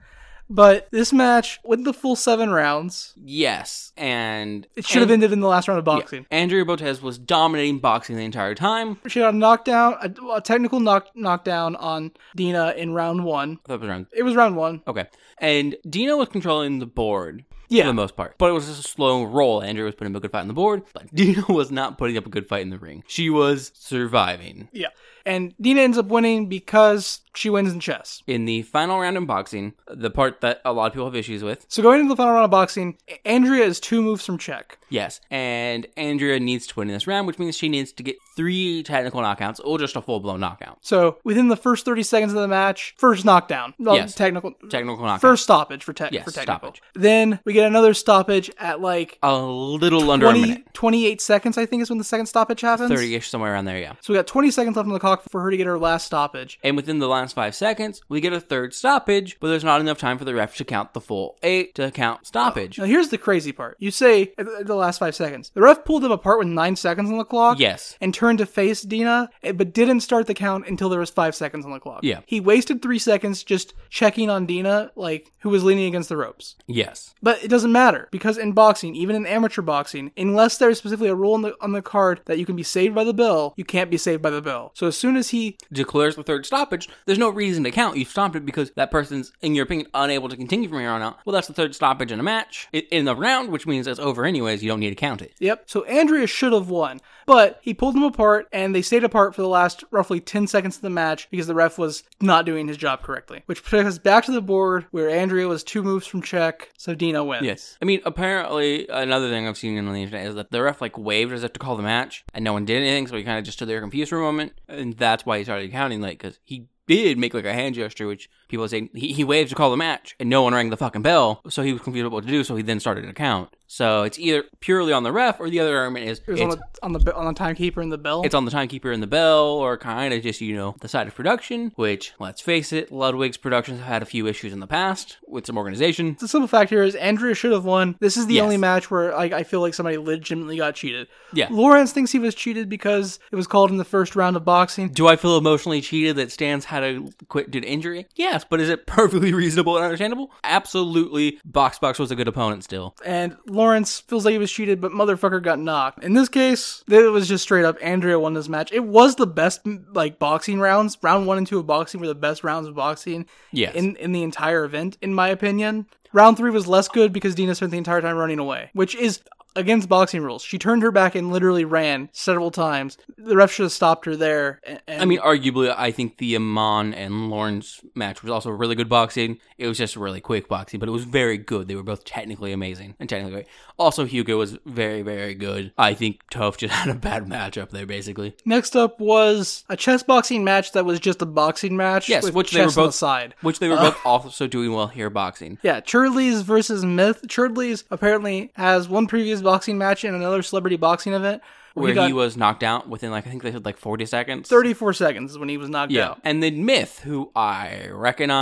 A: But this match went the full seven rounds.
B: Yes, and
A: It should have ended in the last round of boxing.
B: Andrea Botez was dominating boxing the entire time.
A: She had a knockdown, a, a technical knock knockdown on Dina in round one.
B: That was wrong.
A: It was round one.
B: Okay, and Dina was controlling the board. For
A: Yeah.
B: the most part. But it was just a slow roll. Andrea was putting up a good fight on the board, but Dina was not putting up a good fight in the ring. She was surviving.
A: Yeah. And Dina ends up winning because she wins in chess.
B: In the final round in boxing, the part that a lot of people have issues with,
A: So going into the final round of boxing, A- Andrea is two moves from check.
B: yes, and Andrea needs to win in this round, which means she needs to get three technical knockouts or just a full blown knockout.
A: So within the first 30 seconds of the match, first knockdown. Well,
B: Yes.
A: Technical.
B: Technical knockout.
A: First stoppage for, tech
B: Yes,
A: for technical.
B: stoppage.
A: Then we get another stoppage at like
B: a little under a
A: 20,
B: minute.
A: 28 seconds, I think is when the second stoppage happens.
B: 30 ish, somewhere around there, yeah.
A: So we got 20 seconds left on the clock for her to get her last stoppage.
B: And within the last five seconds, we get a third stoppage, but there's not enough time for the ref to count the full eight to count stoppage.
A: Now here's the crazy part. You say at the- at the last five seconds. The ref pulled them apart with nine seconds on the clock.
B: Yes.
A: And turned to face Dina, eh, but didn't start the count until there was five seconds on the clock.
B: Yeah.
A: He wasted three seconds just checking on Dina, like who was leaning against the ropes.
B: Yes.
A: But it doesn't matter because in boxing, even in amateur boxing, unless there's specifically a rule on the on the card that you can be saved by the bell, you can't be saved by the bell. So as soon as he
B: Declares the third stoppage, there's no reason to count. You've stopped it because that person's, in your opinion, unable to continue from here on out. Well, that's the third stoppage in a match, i- in the round, which means it's over anyways. You don't need to count it.
A: Yep. So Andrea should have won, but he pulled them apart and they stayed apart for the last roughly 10 seconds of the match because the ref was not doing his job correctly, which took us back to the board where Andrea was two moves from check, so Dino wins.
B: I mean, apparently, another thing I've seen on the internet is that the ref, like, waved as if to call the match, and no one did anything, so he kind of just stood there confused for a moment, and that's why he started counting late, because he did make, like, a hand gesture, which people say he, he waved to call the match, and no one rang the fucking bell, so he was confused about what to do, so he then started to count. So it's either purely on the ref, or the other argument is
A: It was
B: it's,
A: on the, on the be- on the timekeeper and the bell.
B: it's on the timekeeper and the bell, or kind of just, you know, the side of production, which, let's face it, Ludwig's productions have had a few issues in the past with some organization.
A: the simple fact here is Andrea should have won. This is the
B: Yes.
A: only match where like I feel like somebody legitimately got cheated.
B: Yeah.
A: Lawrence thinks he was cheated because it was called in the first round of boxing.
B: Do I feel emotionally cheated that Stans had to quit due to injury? Yes, but is it perfectly reasonable and understandable? Absolutely. Box Box was a good opponent still.
A: And Lawrence feels like he was cheated, but motherfucker got knocked. In this case, it was just straight up Andrea won this match. It was the best m- like boxing rounds. Round one and two of boxing were the best rounds of boxing
B: Yes.
A: in in the entire event, in my opinion. Round three was less good because Dina spent the entire time running away, which is against boxing rules. She turned her back and literally ran several times. The ref should have stopped her there. a- And,
B: I mean, arguably, I think the Amon and Lawrence match was also really good boxing. It was just really quick boxing, but it was very good. They were both technically amazing and technically great. Also, Hugo was very, very good. I think Toph just had a bad matchup there, basically.
A: next up was a chess boxing match that was just a boxing match.
B: Yes,
A: with
B: which
A: chess
B: they were
A: on the
B: both-
A: side.
B: Which they were both also doing well here boxing.
A: Yeah, Churdley's versus Myth. Churdley's apparently has one previous boxing match and another celebrity boxing event. Where
B: where
A: he got
B: he was knocked out within like I think they said like forty seconds.
A: 34 seconds is when he was knocked
B: Yeah.
A: out.
B: And then Myth, who I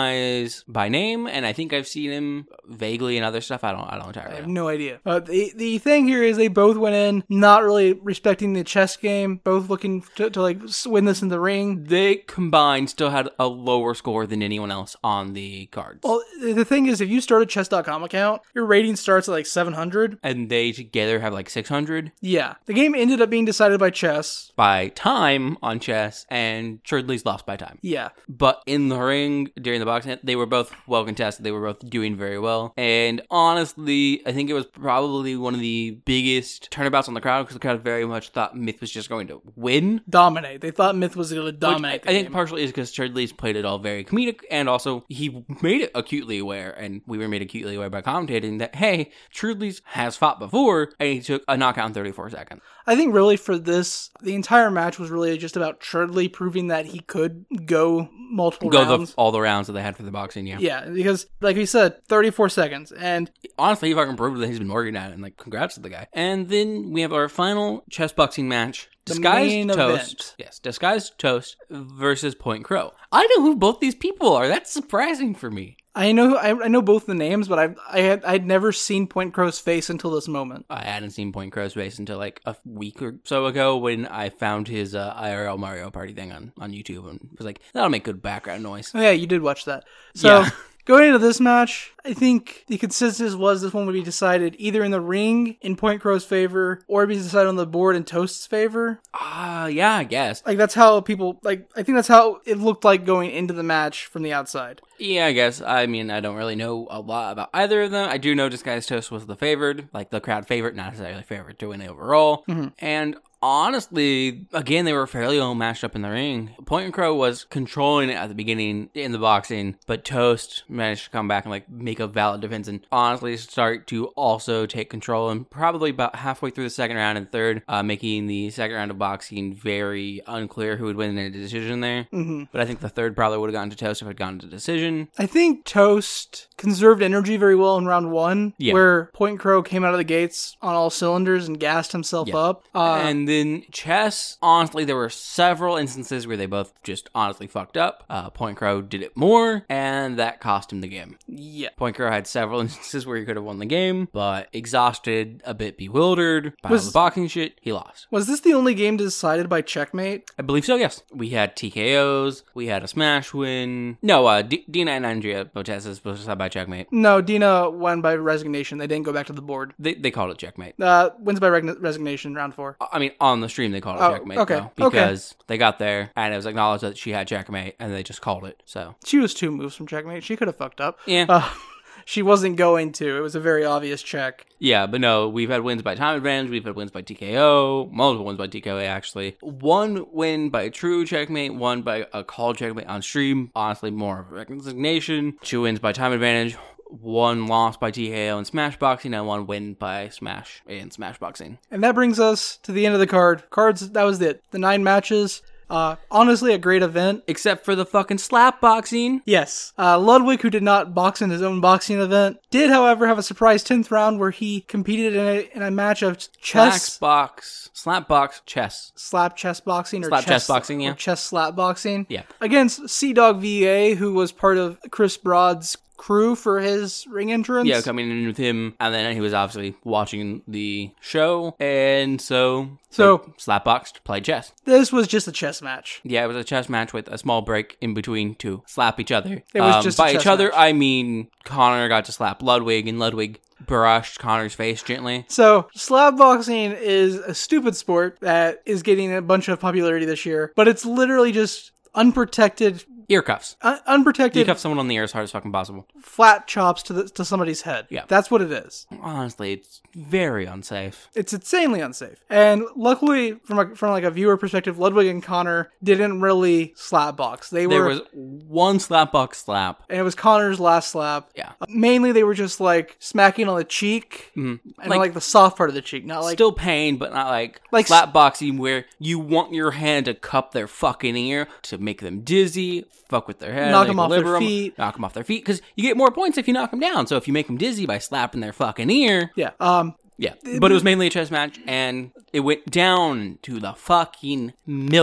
B: recognize by name, and I think I've seen him vaguely in other stuff. I don't I don't
A: I
B: entirely
A: have
B: know.
A: no idea. Uh, the the thing here is they both went in not really respecting the chess game, both looking to, to like s- win this in the ring.
B: They combined still had a lower score than anyone else on the cards.
A: Well, th- the thing is, if you start a chess.com account, your rating starts at like 700.
B: and they together have like six hundred
A: Yeah. The game ended up being decided by chess.
B: by time on chess, and Churdley's lost by time.
A: Yeah.
B: But in the ring during the boxing, they were both well contested. They were both doing very well. And honestly, I think it was probably one of the biggest turnabouts on the crowd because the crowd very much thought Myth was just going to win.
A: Dominate. They thought Myth was going to
B: Which
A: dominate.
B: I, I
A: the
B: think
A: game.
B: partially is because Chad Lee's played it all very comedic, and also he made it acutely aware, and we were made acutely aware by commentating that hey, Chudley's has fought before, and he took a knockout in 34 seconds.
A: I think really for this, the entire match was really just about Chudley proving that he could go multiple
B: Go
A: rounds.
B: the, all the rounds that they had for the boxing. Yeah,
A: yeah, because like we said, 34 seconds, and
B: honestly, he fucking proved that he's been working at it, and like, congrats to the guy. And then we have our final chess boxing match.
A: The
B: Disguised
A: main
B: Toast.
A: event.
B: Yes, Disguised Toast versus Point Crow. I know who both these people are. That's surprising for me.
A: I know I, I know both the names, but I I had I'd never seen Point Crow's face until this moment.
B: I hadn't seen Point Crow's face until like a week or so ago when I found his uh, IRL Mario Party thing on, on YouTube and was like, that'll make good background noise.
A: Oh yeah, you did watch that. So
B: Yeah.
A: going into this match, I think the consensus was this one would be decided either in the ring in Point Crow's favor, or it'd be decided on the board in Toast's favor.
B: Ah, yeah, I guess.
A: Like that's how people like I think that's how it looked like going into the match from the outside.
B: Yeah, I guess. I mean, I don't really know a lot about either of them. I do know Disguised Toast was the favored, like the crowd favorite, not necessarily favorite to win overall. And honestly, again, they were fairly well matched up in the ring. Point and Crow was controlling it at the beginning in the boxing, but Toast managed to come back and like make a valid defense and honestly start to also take control. And probably about halfway through the second round and third, uh, making the second round of boxing very unclear who would win in a decision there.
A: Mhm.
B: But I think the third probably would have gone to Toast if it had gone to decision.
A: I think Toast conserved energy very well in round one,
B: Yeah.
A: where Point Crow came out of the gates on all cylinders and gassed himself
B: Yeah.
A: up. Uh,
B: and then chess, honestly, there were several instances where they both just honestly fucked up. Uh, Point Crow did it more, and that cost him the game.
A: yeah.
B: Point Crow had several instances where he could have won the game, but exhausted, a bit bewildered by all
A: Was-
B: the boxing shit, he lost.
A: Was this the only game decided by checkmate?
B: I believe so, yes. We had TKOs, we had a smash win. No, uh, D- Dina and Andrea Botes is supposed to side by checkmate.
A: No, Dina won by resignation. They didn't go back to the board.
B: They, they called it checkmate.
A: Uh, wins by regna- resignation, round four.
B: I mean, on the stream they called it
A: Oh,
B: checkmate
A: okay,
B: though,
A: okay.
B: because they got there and it was acknowledged that she had checkmate, and they just called it. So
A: She was two moves from checkmate. She could have fucked up.
B: yeah,
A: Uh, she wasn't going to. It was a very obvious check.
B: Yeah, but no, we've had wins by time advantage, we've had wins by TKO, multiple wins by TKO actually. One win by true checkmate, one by a call checkmate on stream, honestly more of a resignation. Two wins by time advantage, one loss by TKO and smash boxing, and one win by smash and smash boxing.
A: And that brings us to the end of the card. Cards, that was it. The nine matches. Uh, honestly, a great event.
B: Except for the fucking slap boxing.
A: Yes. Uh, Ludwig, who did not box in his own boxing event, did, however, have a surprise 10th round where he competed in a, in a match of
B: Chess
A: chess,
B: box, slap box, chess.
A: slap chess boxing, or
B: Slap
A: chess,
B: chess boxing, yeah.
A: or chess slap boxing.
B: Yeah.
A: Against Sea Dog VA, who was part of Chris Broad's crew for his ring entrance.
B: Yeah, coming in with him, and then he was obviously watching the show, and so
A: So-
B: slap boxed, played chess.
A: This was just a chess match.
B: Yeah, it was a chess match with a small break in between to slap each other. Um,
A: It was just a
B: by
A: chess
B: each other.
A: match.
B: I mean, Connor got to slap Ludwig, and Ludwig brushed Connor's face gently.
A: So, slap boxing is a stupid sport that is getting a bunch of popularity this year, but it's literally just unprotected,
B: Ear cuffs.
A: un-
B: You
A: unprotected
B: cuff someone on the ear as hard as fucking possible.
A: flat chops to the, to somebody's head.
B: Yeah.
A: that's what it is.
B: Honestly, it's very unsafe.
A: It's insanely unsafe. And luckily, from a, from like a viewer perspective, Ludwig and Connor didn't really slap box. They were,
B: There was one slap box slap.
A: and it was Connor's last slap. Uh,
B: Yeah.
A: Mainly, they were just like smacking on the cheek and like,
B: Mm-hmm. Like-
A: the soft part of the cheek, not like
B: Still pain, but not like,
A: Like-
B: slap boxing where you want your hand to cup their fucking ear to make them dizzy, fuck with their head,
A: Knock 'em off their
B: equilibrium,
A: feet.
B: knock them off their feet. Because you get more points if you knock them down. So if you make them dizzy by slapping their fucking ear,
A: yeah. Um,
B: Yeah, but it was mainly a chess match, and It went down to the fucking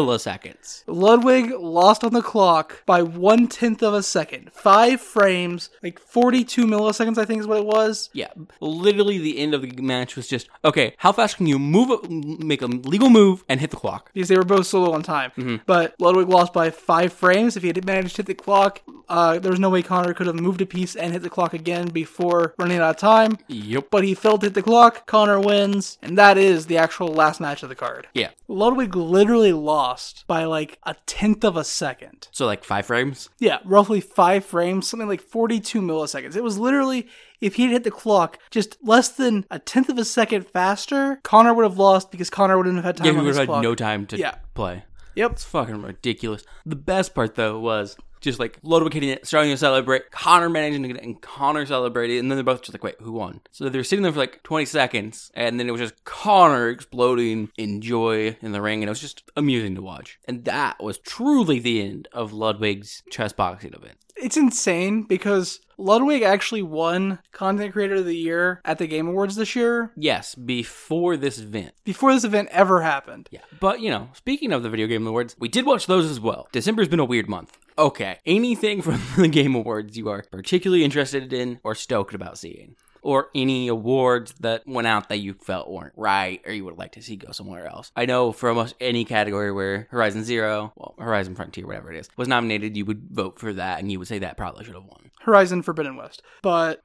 B: milliseconds.
A: Ludwig lost on the clock by one tenth of a second. Five frames, like 42 milliseconds, I think is what it was.
B: Yeah, literally the end of the match was just okay. How fast can you move? A, make a legal move and hit the clock.
A: Because they were both solo on time.
B: Mm-hmm.
A: But Ludwig lost by five frames. If he had managed to hit the clock, uh, there was no way Connor could have moved a piece and hit the clock again before running out of time.
B: Yep.
A: But he failed to hit the clock. Connor wins. And that is the actual last match of the card.
B: Yeah.
A: Ludwig literally lost by like a tenth of a second.
B: So like five frames.
A: Yeah, roughly five frames, something like 42 milliseconds. It was literally, if he had hit the clock just less than a tenth of a second faster, Connor would have lost because Connor wouldn't have had time
B: Yeah, we
A: on
B: would
A: his
B: have
A: clock.
B: had no time to
A: Yeah.
B: play.
A: yep.
B: It's fucking ridiculous. The best part though was just like Ludwig hitting it, starting to celebrate, Connor managing to get it, and Connor celebrated, and then they're both just like, wait, who won? So they were sitting there for like 20 seconds, and then it was just Connor exploding in joy in the ring, and it was just amusing to watch. And that was truly the end of Ludwig's chess boxing event.
A: It's insane because Ludwig actually won Content Creator of the Year at the Game Awards this year
B: Yes, before this event.
A: before this event ever happened.
B: Yeah. But, you know, speaking of the Video Game Awards, we did watch those as well. December's been a weird month. Okay. Anything from the Game Awards you are particularly interested in or stoked about seeing? Or any awards that went out that you felt weren't right or you would like to see go somewhere else. I know for almost any category where Horizon Zero, well, Horizon Frontier, whatever it is, was nominated, you would vote for that and you would say that probably should have won.
A: Horizon Forbidden West. But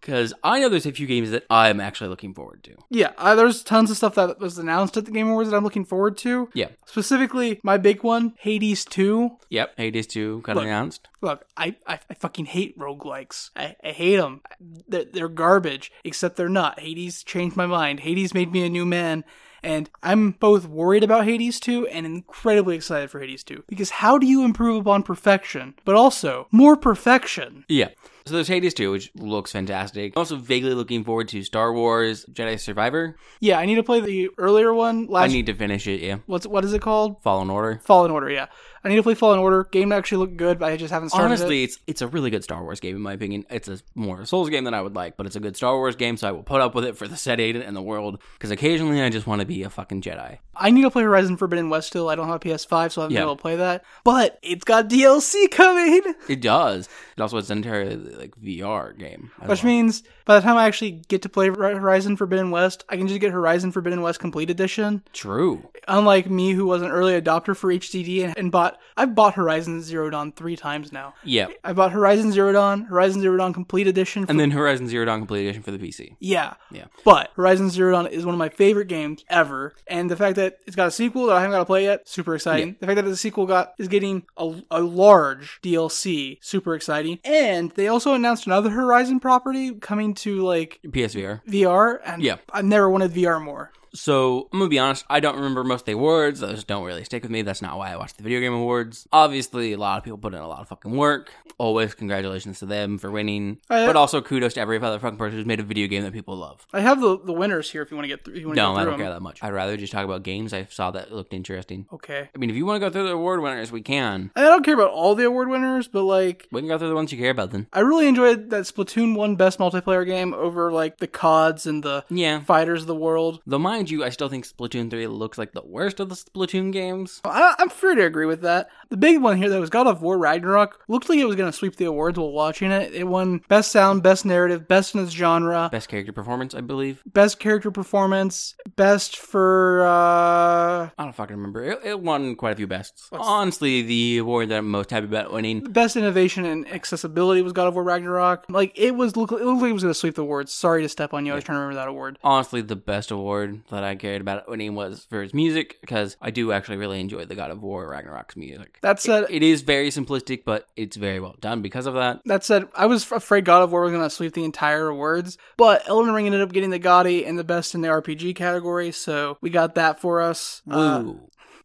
B: Because I know there's a few games that I'm actually looking forward to.
A: yeah, uh, there's tons of stuff that was announced at the Game Awards that I'm looking forward to.
B: Yeah.
A: Specifically, my big one, Hades 2.
B: Yep. Hades 2 kind of
A: Look,
B: announced.
A: Look, I, I, I fucking hate roguelikes. I, I hate them. They're, they're garbage, except they're not. Hades changed my mind. Hades made me a new man. And I'm both worried about Hades 2 and incredibly excited for Hades 2. Because how do you improve upon perfection, but also more perfection?
B: Yeah. So there's Hades 2, which looks fantastic. I'm also vaguely looking forward to Star Wars Jedi Survivor.
A: Yeah, I need to play the earlier one.
B: I
A: Last,
B: need to finish it, yeah.
A: what's what is it called?
B: Fallen Order.
A: Fallen Order. Yeah, I need to play Fallen Order. Game actually looked good, but I just haven't started. it.
B: Honestly, it's it's a really good Star Wars game in my opinion. It's a more of a Souls game than I would like, but it's a good Star Wars game, so I will put up with it for the setting and the world. Because occasionally I just want to be a fucking Jedi.
A: I need to play Horizon Forbidden West still. I don't have a PS5, so I haven't
B: Yeah.
A: been able to play that. But it's got DLC coming,
B: It does. It also has an entire like VR game. as
A: which
B: well.
A: means by the time I actually get to play Hor- Horizon Forbidden West, I can just get Horizon Forbidden West Complete Edition.
B: true.
A: Unlike me, who was an early adopter for HDD and, and bought, I've bought Horizon Zero Dawn three times now.
B: Yeah.
A: I bought Horizon Zero Dawn, Horizon Zero Dawn Complete Edition, for-
B: And then Horizon Zero Dawn Complete Edition for the PC.
A: Yeah.
B: Yeah.
A: But Horizon Zero Dawn is one of my favorite games ever, and the fact that it's got a sequel that I haven't got to play yet, super exciting. The fact that the sequel got is getting a, a large DLC, super exciting. And they also announced another Horizon property coming to like
B: PSVR.
A: VR, and
B: Yeah.
A: I've never wanted VR more.
B: So I'm gonna be honest, I don't remember most of the awards. Those don't really stick with me. That's not why I watched the video game awards. Obviously, a lot of people put in a lot of fucking work. Always congratulations to them for winning.
A: I-
B: but also kudos to every other fucking person who's made a video game that people love.
A: I have the, the winners here if you want to get through. You want to
B: No,
A: get
B: I
A: through
B: don't care
A: 'em.
B: that much. I'd rather just talk about games I saw that looked interesting.
A: Okay.
B: I mean, if you want to go through the award winners, we can.
A: I don't care about all the award winners, but like
B: We can go through the ones you care about then.
A: I really enjoyed that Splatoon one best multiplayer game over like the CODs and the
B: Yeah.
A: fighters of the world.
B: Though, mind you, I still think Splatoon 3 looks like the worst of the Splatoon games.
A: I, I'm free to agree with that. The big one here, though, was God of War Ragnarok. Looked like it was going to sweep the awards while watching it. It won Best Sound, Best Narrative, Best in its Genre,
B: Best character performance, I believe.
A: Best Character Performance, Best for. uh
B: I don't fucking remember. It, it won quite a few bests. Honestly, the award that I'm most happy about winning.
A: Best innovation and accessibility was God of War Ragnarok. Like it was, look, it looked like it was going to sweep the awards. Sorry to step on you. I was trying to remember that award.
B: Honestly, the best award that I cared about winning was for his music because I do actually really enjoy the God of War Ragnarok's music.
A: That said,
B: It is very simplistic, but it's very well done because of that.
A: that said, I was afraid God of War was going to sweep the entire awards, but Elden Ring ended up getting the Gaudi and the Best in the RPG category, so we got that for us. Uh,
B: Woo.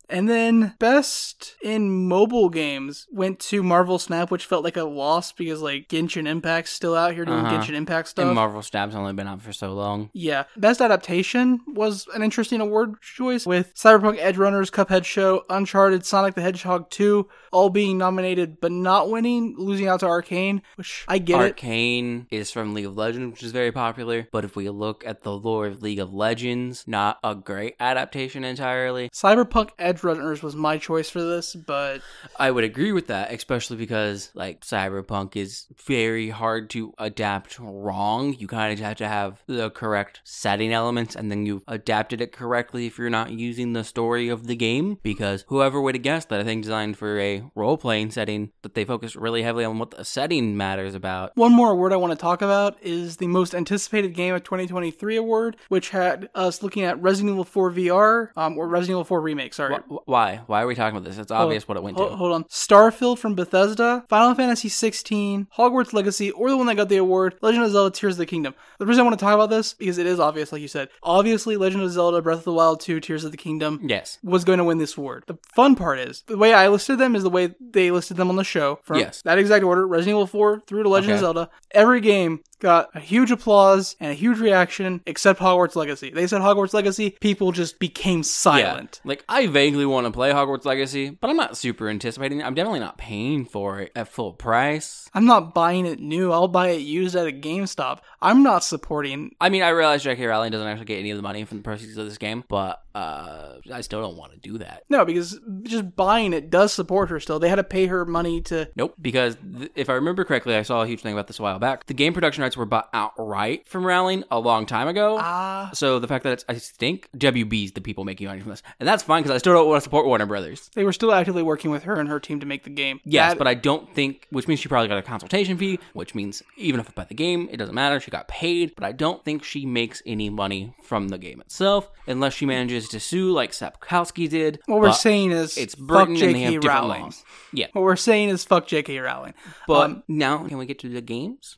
A: And then best in mobile games went to Marvel Snap, which felt like a loss because like Genshin Impact's still out here doing
B: Uh-huh.
A: Genshin Impact stuff.
B: And Marvel Snap's only been out for so long.
A: Yeah. Best Adaptation was an interesting award choice with Cyberpunk Edge Runners, Cuphead Show, Uncharted, Sonic the Hedgehog 2 all being nominated but not winning, losing out to Arcane, which I get it.
B: Arcane is from League of Legends, which is very popular. But if we look at the lore of League of Legends, not a great adaptation entirely.
A: Cyberpunk Edge Runners was my choice for this, but
B: I would agree with that, especially because like Cyberpunk is very hard to adapt wrong. You kind of have to have the correct setting elements and then you've adapted it correctly if you're not using the story of the game. Because whoever would have guessed that a thing designed for a role playing setting that they focus really heavily on what the setting matters about.
A: one more award I want to talk about is the most anticipated game of 2023 award, which had us looking at Resident Evil 4 VR um, or Resident Evil 4 Remake. Sorry,
B: Wh- wh- Why? Why are we talking about this? It's obvious what it went
A: Ho-
B: to.
A: hold on. Starfield from Bethesda, Final Fantasy 16, Hogwarts Legacy, or the one that got the award, Legend of Zelda Tears of the Kingdom. The reason I want to talk about this because it is obvious, like you said. Obviously, Legend of Zelda Breath of the Wild 2, Tears of the Kingdom
B: Yes.
A: was going to win this award. The fun part is the way I listed them is the way they listed them on the show. From
B: Yes.
A: that exact order, Resident Evil 4 through to Legend of
B: Okay.
A: Zelda. Every game got a huge applause and a huge reaction, except Hogwarts Legacy. They said Hogwarts Legacy, people just became silent.
B: Yeah. Like I vaguely want to play Hogwarts Legacy, but I'm not super anticipating. it. I'm definitely not paying for it at full price.
A: I'm not buying it new. I'll buy it used at a GameStop. I'm not supporting.
B: I mean, I realize J.K. Rowling doesn't actually get any of the money from the proceeds of this game, but uh, I still don't want to do that.
A: No, because just buying it does support her still. They had to pay her money to.
B: Nope, because th- if I remember correctly, I saw a huge thing about this a while back. The game production rights were bought outright from Rowling a long time ago.
A: Ah.
B: so the fact that it's, I think WB's the people making money from this, and that's fine because I still don't want to support Warner Brothers.
A: They were still actively working with her and her team to make the game.
B: Yes,
A: That-
B: but I don't think, which means she probably got a consultation fee, which means even if I buy the game, it doesn't matter. She got paid, but I don't think she makes any money from the game itself unless she manages to sue like Sapkowski did.
A: what we're
B: But
A: saying is
B: it's
A: fuck
B: Britain and they
A: J.K.
B: have different
A: Rowling.
B: laws. Yeah,
A: What we're saying is fuck J.K. Rowling.
B: but
A: Um,
B: now can we get to the games?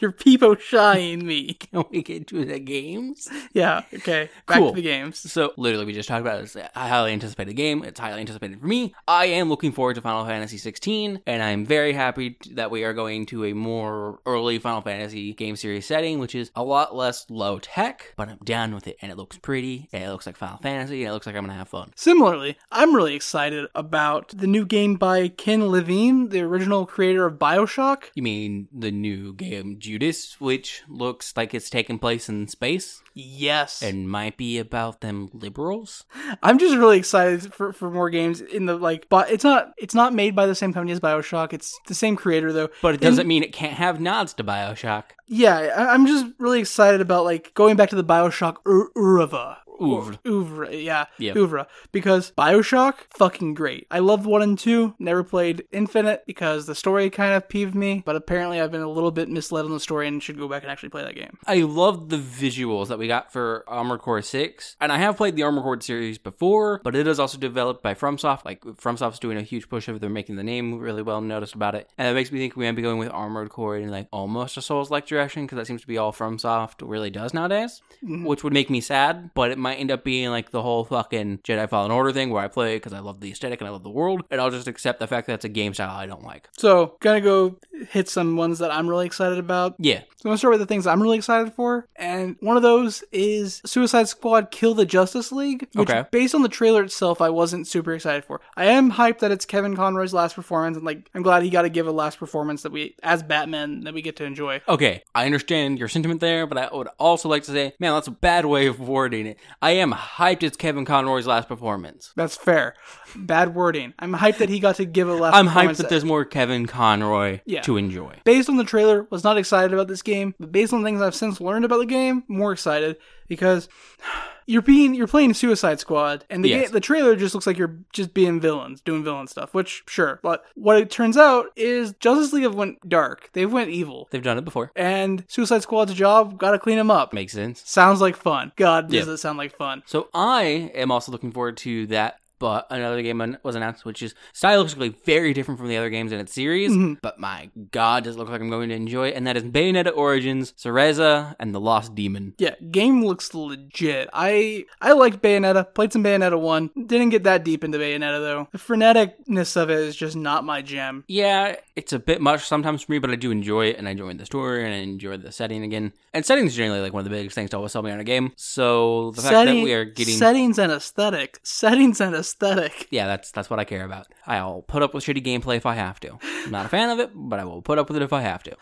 A: you're peepo shying me.
B: Can we get to the games?
A: Yeah. Okay. Back
B: Cool.
A: to the games.
B: So literally, we just talked about it. It's a highly anticipated game. It's highly anticipated for me. I am looking forward to Final Fantasy 16, and I'm very happy t- that we are going to a more early Final Fantasy game series setting, which is a lot less low tech. But I'm down with it, and it looks pretty, and it looks like Final Fantasy, and it looks like I'm gonna have fun.
A: Similarly, I'm really excited about the new game by Ken Levine, the original creator of Bioshock.
B: You mean the new game Judas, which looks like it's taking place in space
A: Yes.
B: and might be about them liberals?
A: I'm just really excited for, for more games in the like but it's not it's not made by the same company as BioShock. It's the same creator though.
B: But it doesn't mean it can't have nods to Bioshock.
A: Yeah, I, I'm just really excited about like going back to the BioShock ur- Urava.
B: Oeuvre.
A: Oeuvre, yeah.
B: Yeah.
A: Oeuvre. Because BioShock fucking great. I loved 1 and 2, never played Infinite because the story kind of peeved me, but apparently I've been a little bit misled on the story and should go back and actually play that game.
B: I love the visuals that we got for Armored Core 6. And I have played the Armored Core series before, but it is also developed by FromSoft. Like, FromSoft's doing a huge push of it. They're making the name really well noticed about it. And it makes me think we might be going with Armored Core in, like, almost a Souls-like direction, because that seems to be all FromSoft really does nowadays, which would make me sad, but it might end up being, like, the whole fucking Jedi Fallen Order thing where I play because I love the aesthetic and I love the world, and I'll just accept the fact that it's a game style I don't like.
A: So, gonna go hit some ones that I'm really excited about.
B: Yeah,
A: So I'm gonna start with the things I'm really excited for, and one of those is Suicide Squad: Kill the Justice League. Which,
B: Okay.
A: Based on the trailer itself, I wasn't super excited for. I am hyped that it's Kevin Conroy's last performance, and like I'm glad he got to give a last performance that we, as Batman, that we get to enjoy.
B: Okay, I understand your sentiment there, but I would also like to say, man, that's a bad way of wording it. I am hyped it's Kevin Conroy's last performance.
A: That's fair. Bad wording. I'm hyped that he got to give a last.
B: I'm hyped
A: performance
B: that there's more Kevin Conroy
A: Yeah.
B: to enjoy.
A: based on the trailer, was not excited about this game, but based on things I've since learned about the game, more excited because you're being you're playing Suicide Squad, and the
B: Yes.
A: game, the trailer just looks like you're just being villains, doing villain stuff. Which sure, but what it turns out is Justice League have went dark, they've went evil,
B: They've done it before.
A: and Suicide Squad's job got to clean them up.
B: Makes sense.
A: Sounds like fun. God, does
B: Yeah.
A: it sound like fun?
B: So I am also looking forward to that But another game un- was announced, which is stylistically very different from the other games in its series.
A: Mhm.
B: But my god, does it look like I'm going to enjoy it? And that is Bayonetta Origins, Cereza, and the Lost Demon.
A: Yeah, game looks legit. I I liked Bayonetta, played some Bayonetta 1. Didn't get that deep into Bayonetta though. The freneticness of it is just not my jam.
B: Yeah, it's a bit much sometimes for me, but I do enjoy it, and I enjoy the story, and I enjoy the setting again. And settings generally like one of the biggest things to always sell me on a game. So the fact that we are getting
A: settings and aesthetic. Settings and aesthetic.
B: yeah, that's that's what I care about. I'll put up with shitty gameplay if I have to. I'm not a fan of it, but I will put up with it if I have to.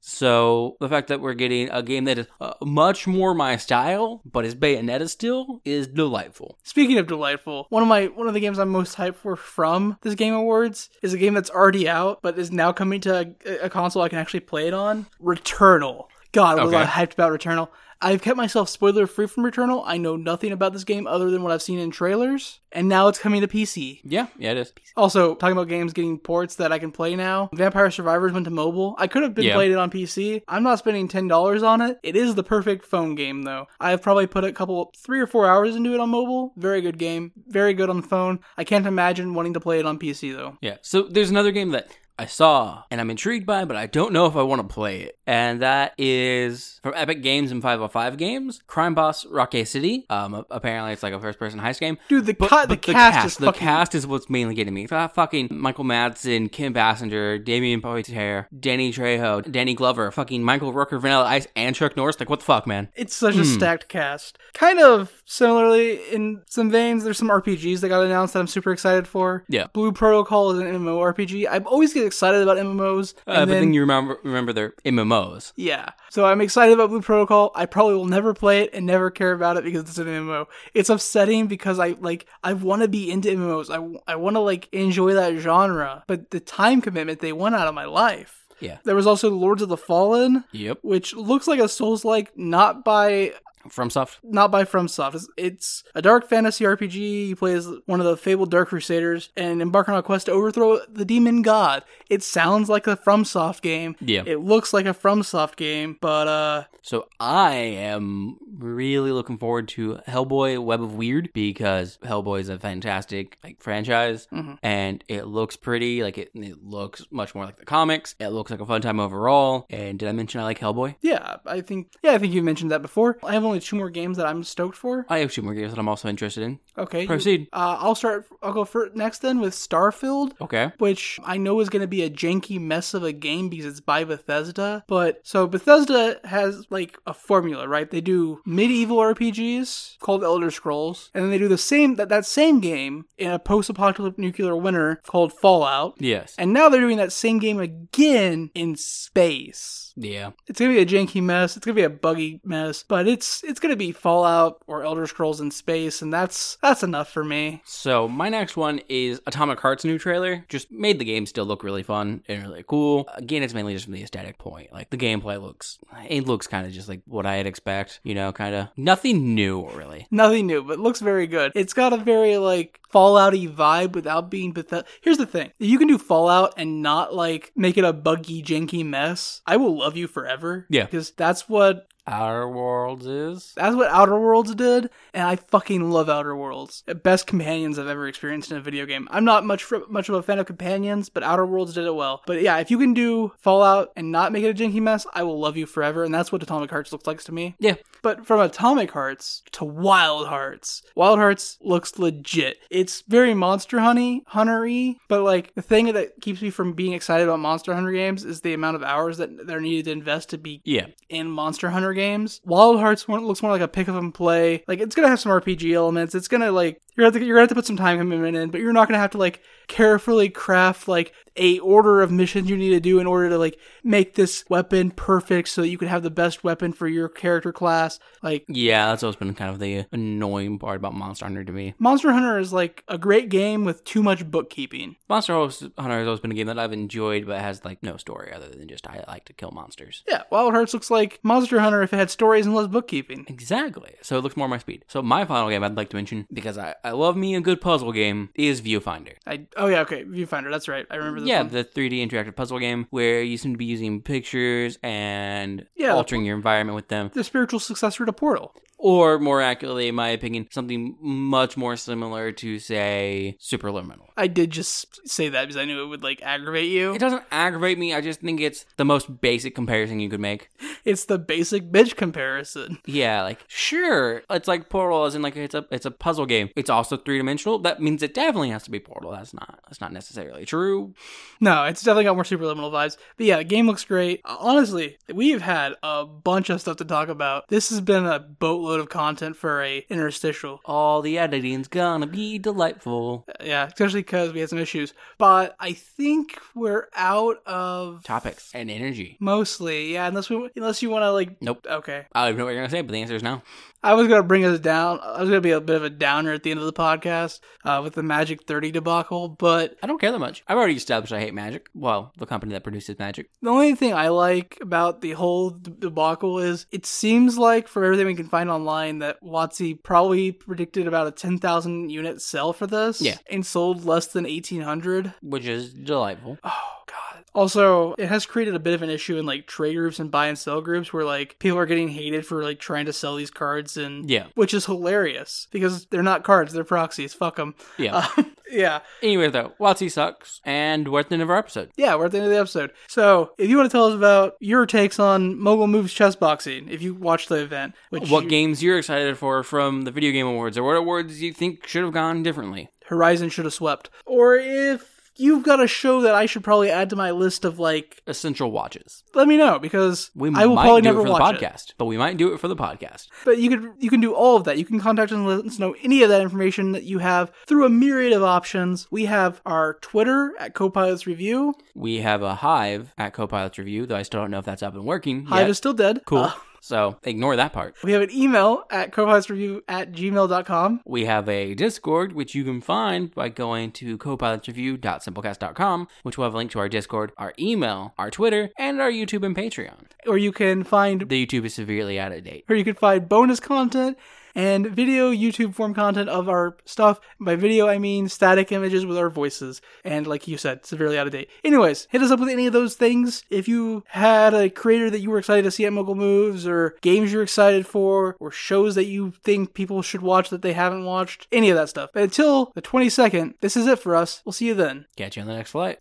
B: So the fact that we're getting a game that is uh, much more my style, but is Bayonetta still, is delightful.
A: Speaking of delightful, one of my one of the games I'm most hyped for from this Game Awards is a game that's already out but is now coming to a, a console I can actually play it on. Returnal. God, was
B: Okay.
A: I hyped about Returnal. I've kept myself spoiler free from Returnal. I know nothing about this game other than what I've seen in trailers, and now it's coming to PC.
B: Yeah, yeah, it is.
A: Also, talking about games getting ports that I can play now. Vampire Survivors went to mobile. I could have been
B: Yeah.
A: played it on PC. I'm not spending ten dollars on it. It is the perfect phone game though. I've probably put a couple three or four hours into it on mobile. Very good game. Very good on the phone. I can't imagine wanting to play it on PC though.
B: Yeah. So there's another game that I saw and I'm intrigued by, but I don't know if I want to play it. And that is from Epic Games and 505 Games, Crime Boss Rocket City. Um, apparently it's like a first person heist game.
A: Dude, the
B: But,
A: ca-
B: but
A: the, cast, is
B: the
A: fucking
B: cast is what's mainly getting me. It's not fucking Michael Madsen, Kim Bassinger, Damien Poitier, Danny Trejo, Danny Glover, fucking Michael Rooker, Vanilla Ice, and Chuck Norris. Like, what the fuck, man?
A: It's such a
B: Hmm.
A: stacked cast. Kind of similarly in some veins, there's some RPGs that got announced that I'm super excited for.
B: Yeah.
A: Blue Protocol is an MMORPG. I always get excited about MMOs.
B: Uh,
A: and
B: but
A: then
B: then you remember remember their MMOs.
A: Yeah. So I'm excited about Blue Protocol. I probably will never play it and never care about it because it's an MMO. It's upsetting because I like I want to be into MMOs. I I want to like enjoy that genre, but the time commitment they want out of my life.
B: Yeah.
A: There was also Lords of the Fallen,
B: Yep.
A: which looks like a Souls like not by
B: FromSoft.
A: not by FromSoft. It's, it's a dark fantasy RPG. You play as one of the fabled Dark Crusaders and embark on a quest to overthrow the demon god. It sounds like a FromSoft game.
B: Yeah.
A: It looks like a FromSoft game, but uh,
B: So I am really looking forward to Hellboy Web of Weird because Hellboy is a fantastic like franchise
A: Mhm.
B: and it looks pretty like it, it looks much more like the comics. It looks like a fun time overall. And did I mention I like Hellboy?
A: yeah, I think yeah, I think you mentioned that before. I have only two more games that I'm stoked for.
B: I have two more games that I'm also interested in.
A: Okay, you-
B: Proceed.
A: uh, I'll start. I'll go for next then with Starfield.
B: Okay.
A: which I know is going to be a janky mess of a game because it's by Bethesda. But so Bethesda has like a formula, right? They do medieval RPGs called Elder Scrolls, and then they do the same that that same game in a post-apocalyptic nuclear winter called Fallout.
B: Yes.
A: And now they're doing that same game again in space.
B: yeah.
A: It's gonna be a janky mess. It's gonna be a buggy mess, but it's it's gonna be Fallout or Elder Scrolls in space, and that's that's enough for me.
B: So my next one is Atomic Heart's new trailer. Just made the game still look really fun and really cool. Again, it's mainly just from the aesthetic point. Like the gameplay looks, it looks kind of just like what I'd expect. You know, kind of nothing new really.
A: Nothing new, but looks very good. It's got a very like Fallouty vibe without being Bethesda. Here's the thing: if you can do Fallout and not like make it a buggy, janky mess, I will love you forever.
B: Yeah.
A: because that's what
B: Outer Worlds is.
A: that's what Outer Worlds did, and I fucking love Outer Worlds. Best companions I've ever experienced in a video game. I'm not much much of a fan of companions, but Outer Worlds did it well. But yeah, if you can do Fallout and not make it a janky mess, I will love you forever, and that's what Atomic Hearts looks like to me.
B: Yeah.
A: But from Atomic Hearts to Wild Hearts, Wild Hearts looks legit. It's very Monster Honey Huntery, but like the thing that keeps me from being excited about Monster Hunter games is the amount of hours that they're needed to invest to be
B: Yeah.
A: in Monster Hunter games. Wild Hearts more, looks more like a pick up and play. Like it's gonna have some RPG elements. It's gonna like you're gonna have to, you're gonna have to put some time commitment in, but you're not gonna have to like carefully craft like a order of missions you need to do in order to like make this weapon perfect so that you can have the best weapon for your character class. Like
B: Yeah, that's always been kind of the annoying part about Monster Hunter to me.
A: Monster Hunter is like a great game with too much bookkeeping.
B: Monster Hunter has always been a game that I've enjoyed, but has like no story other than just I like to kill monsters.
A: Yeah, Wild Hearts looks like Monster Hunter if it had stories and less bookkeeping.
B: Exactly. So it looks more my speed. So my final game I'd like to mention, because I, I love me a good puzzle game, is Viewfinder.
A: I oh yeah okay Viewfinder that's right I remember this
B: yeah,
A: one.
B: the 3D interactive puzzle game where you seem to be using pictures and
A: Yeah.
B: altering your environment with them.
A: the spiritual successor to Portal.
B: Or, more accurately, in my opinion, something much more similar to, say, Superliminal.
A: I did just say that because I knew it would like aggravate you.
B: It doesn't aggravate me. I just think it's the most basic comparison you could make.
A: It's the basic bitch comparison.
B: Yeah, like sure, it's like Portal, as in like it's a it's a puzzle game. It's also three dimensional. That means it definitely has to be Portal. That's not that's not necessarily true.
A: No, it's definitely got more superliminal vibes. But yeah, the game looks great. Uh, Honestly, we've had a bunch of stuff to talk about. This has been a boatload of content for a interstitial. Uh,
B: All the editing's gonna be delightful.
A: Yeah, especially because we had some issues. But I think we're out of
B: Topics and energy.
A: mostly. Yeah, unless we unless you want to like.
B: Nope.
A: Okay,
B: I don't even know what you're gonna say, but the answer is no.
A: I was gonna bring us down. I was gonna be a bit of a downer at the end of the podcast uh, with the Magic Thirty debacle, but
B: I don't care that much. I've already established I hate magic. Well, the company that produces magic.
A: The only thing I like about the whole d- debacle is it seems like, from everything we can find online, that Watsy probably predicted about a 10,000 unit sell for this
B: Yeah.
A: and sold less than 1,800.
B: Which is delightful.
A: Oh, God. Also, it has created a bit of an issue in like trade groups and buy and sell groups where like people are getting hated for like trying to sell these cards and
B: Yeah.
A: which is hilarious because they're not cards, they're proxies. Fuck them.
B: Yeah.
A: yeah.
B: anyway though, Watsy sucks and we're at the end of our episode.
A: Yeah, we're at the end of the episode. So, if you want to tell us about your takes on Mogul Moves chess boxing, if you watched the event, which
B: what
A: you-
B: games you're excited for from the video game awards or what awards you think should have gone differently
A: Horizon should have swept, or if you've got a show that I should probably add to my list of like,
B: essential watches
A: let me know because
B: we
A: I will
B: might
A: probably
B: do
A: never
B: it for
A: watch
B: the podcast but we might do it for the podcast
A: it. But you could you can do all of that. You can contact us and let us know any of that information that you have through a myriad of options. We have our Twitter at Copilots Review.
B: we have a hive at copilot's review though i still don't know if that's up and working
A: Hive
B: yet.
A: is still dead.
B: cool
A: Uh,
B: so ignore that part
A: we have an email at copilotsreview at gmail.com.
B: we have a Discord, which you can find by going to copilotreview.simplecast.com, which will have a link to our Discord, our email, our Twitter, and our YouTube and Patreon.
A: Or you can find
B: The YouTube is severely out of date.
A: where you can find bonus content and video YouTube form content of our stuff. By video, I mean static images with our voices. And like you said, severely out of date. Anyways, hit us up with any of those things. If you had a creator that you were excited to see at Mogul Moves, or games you're excited for, or shows that you think people should watch that they haven't watched, any of that stuff. But until the 22nd, this is it for us. We'll see you then.
B: Catch you on the next flight.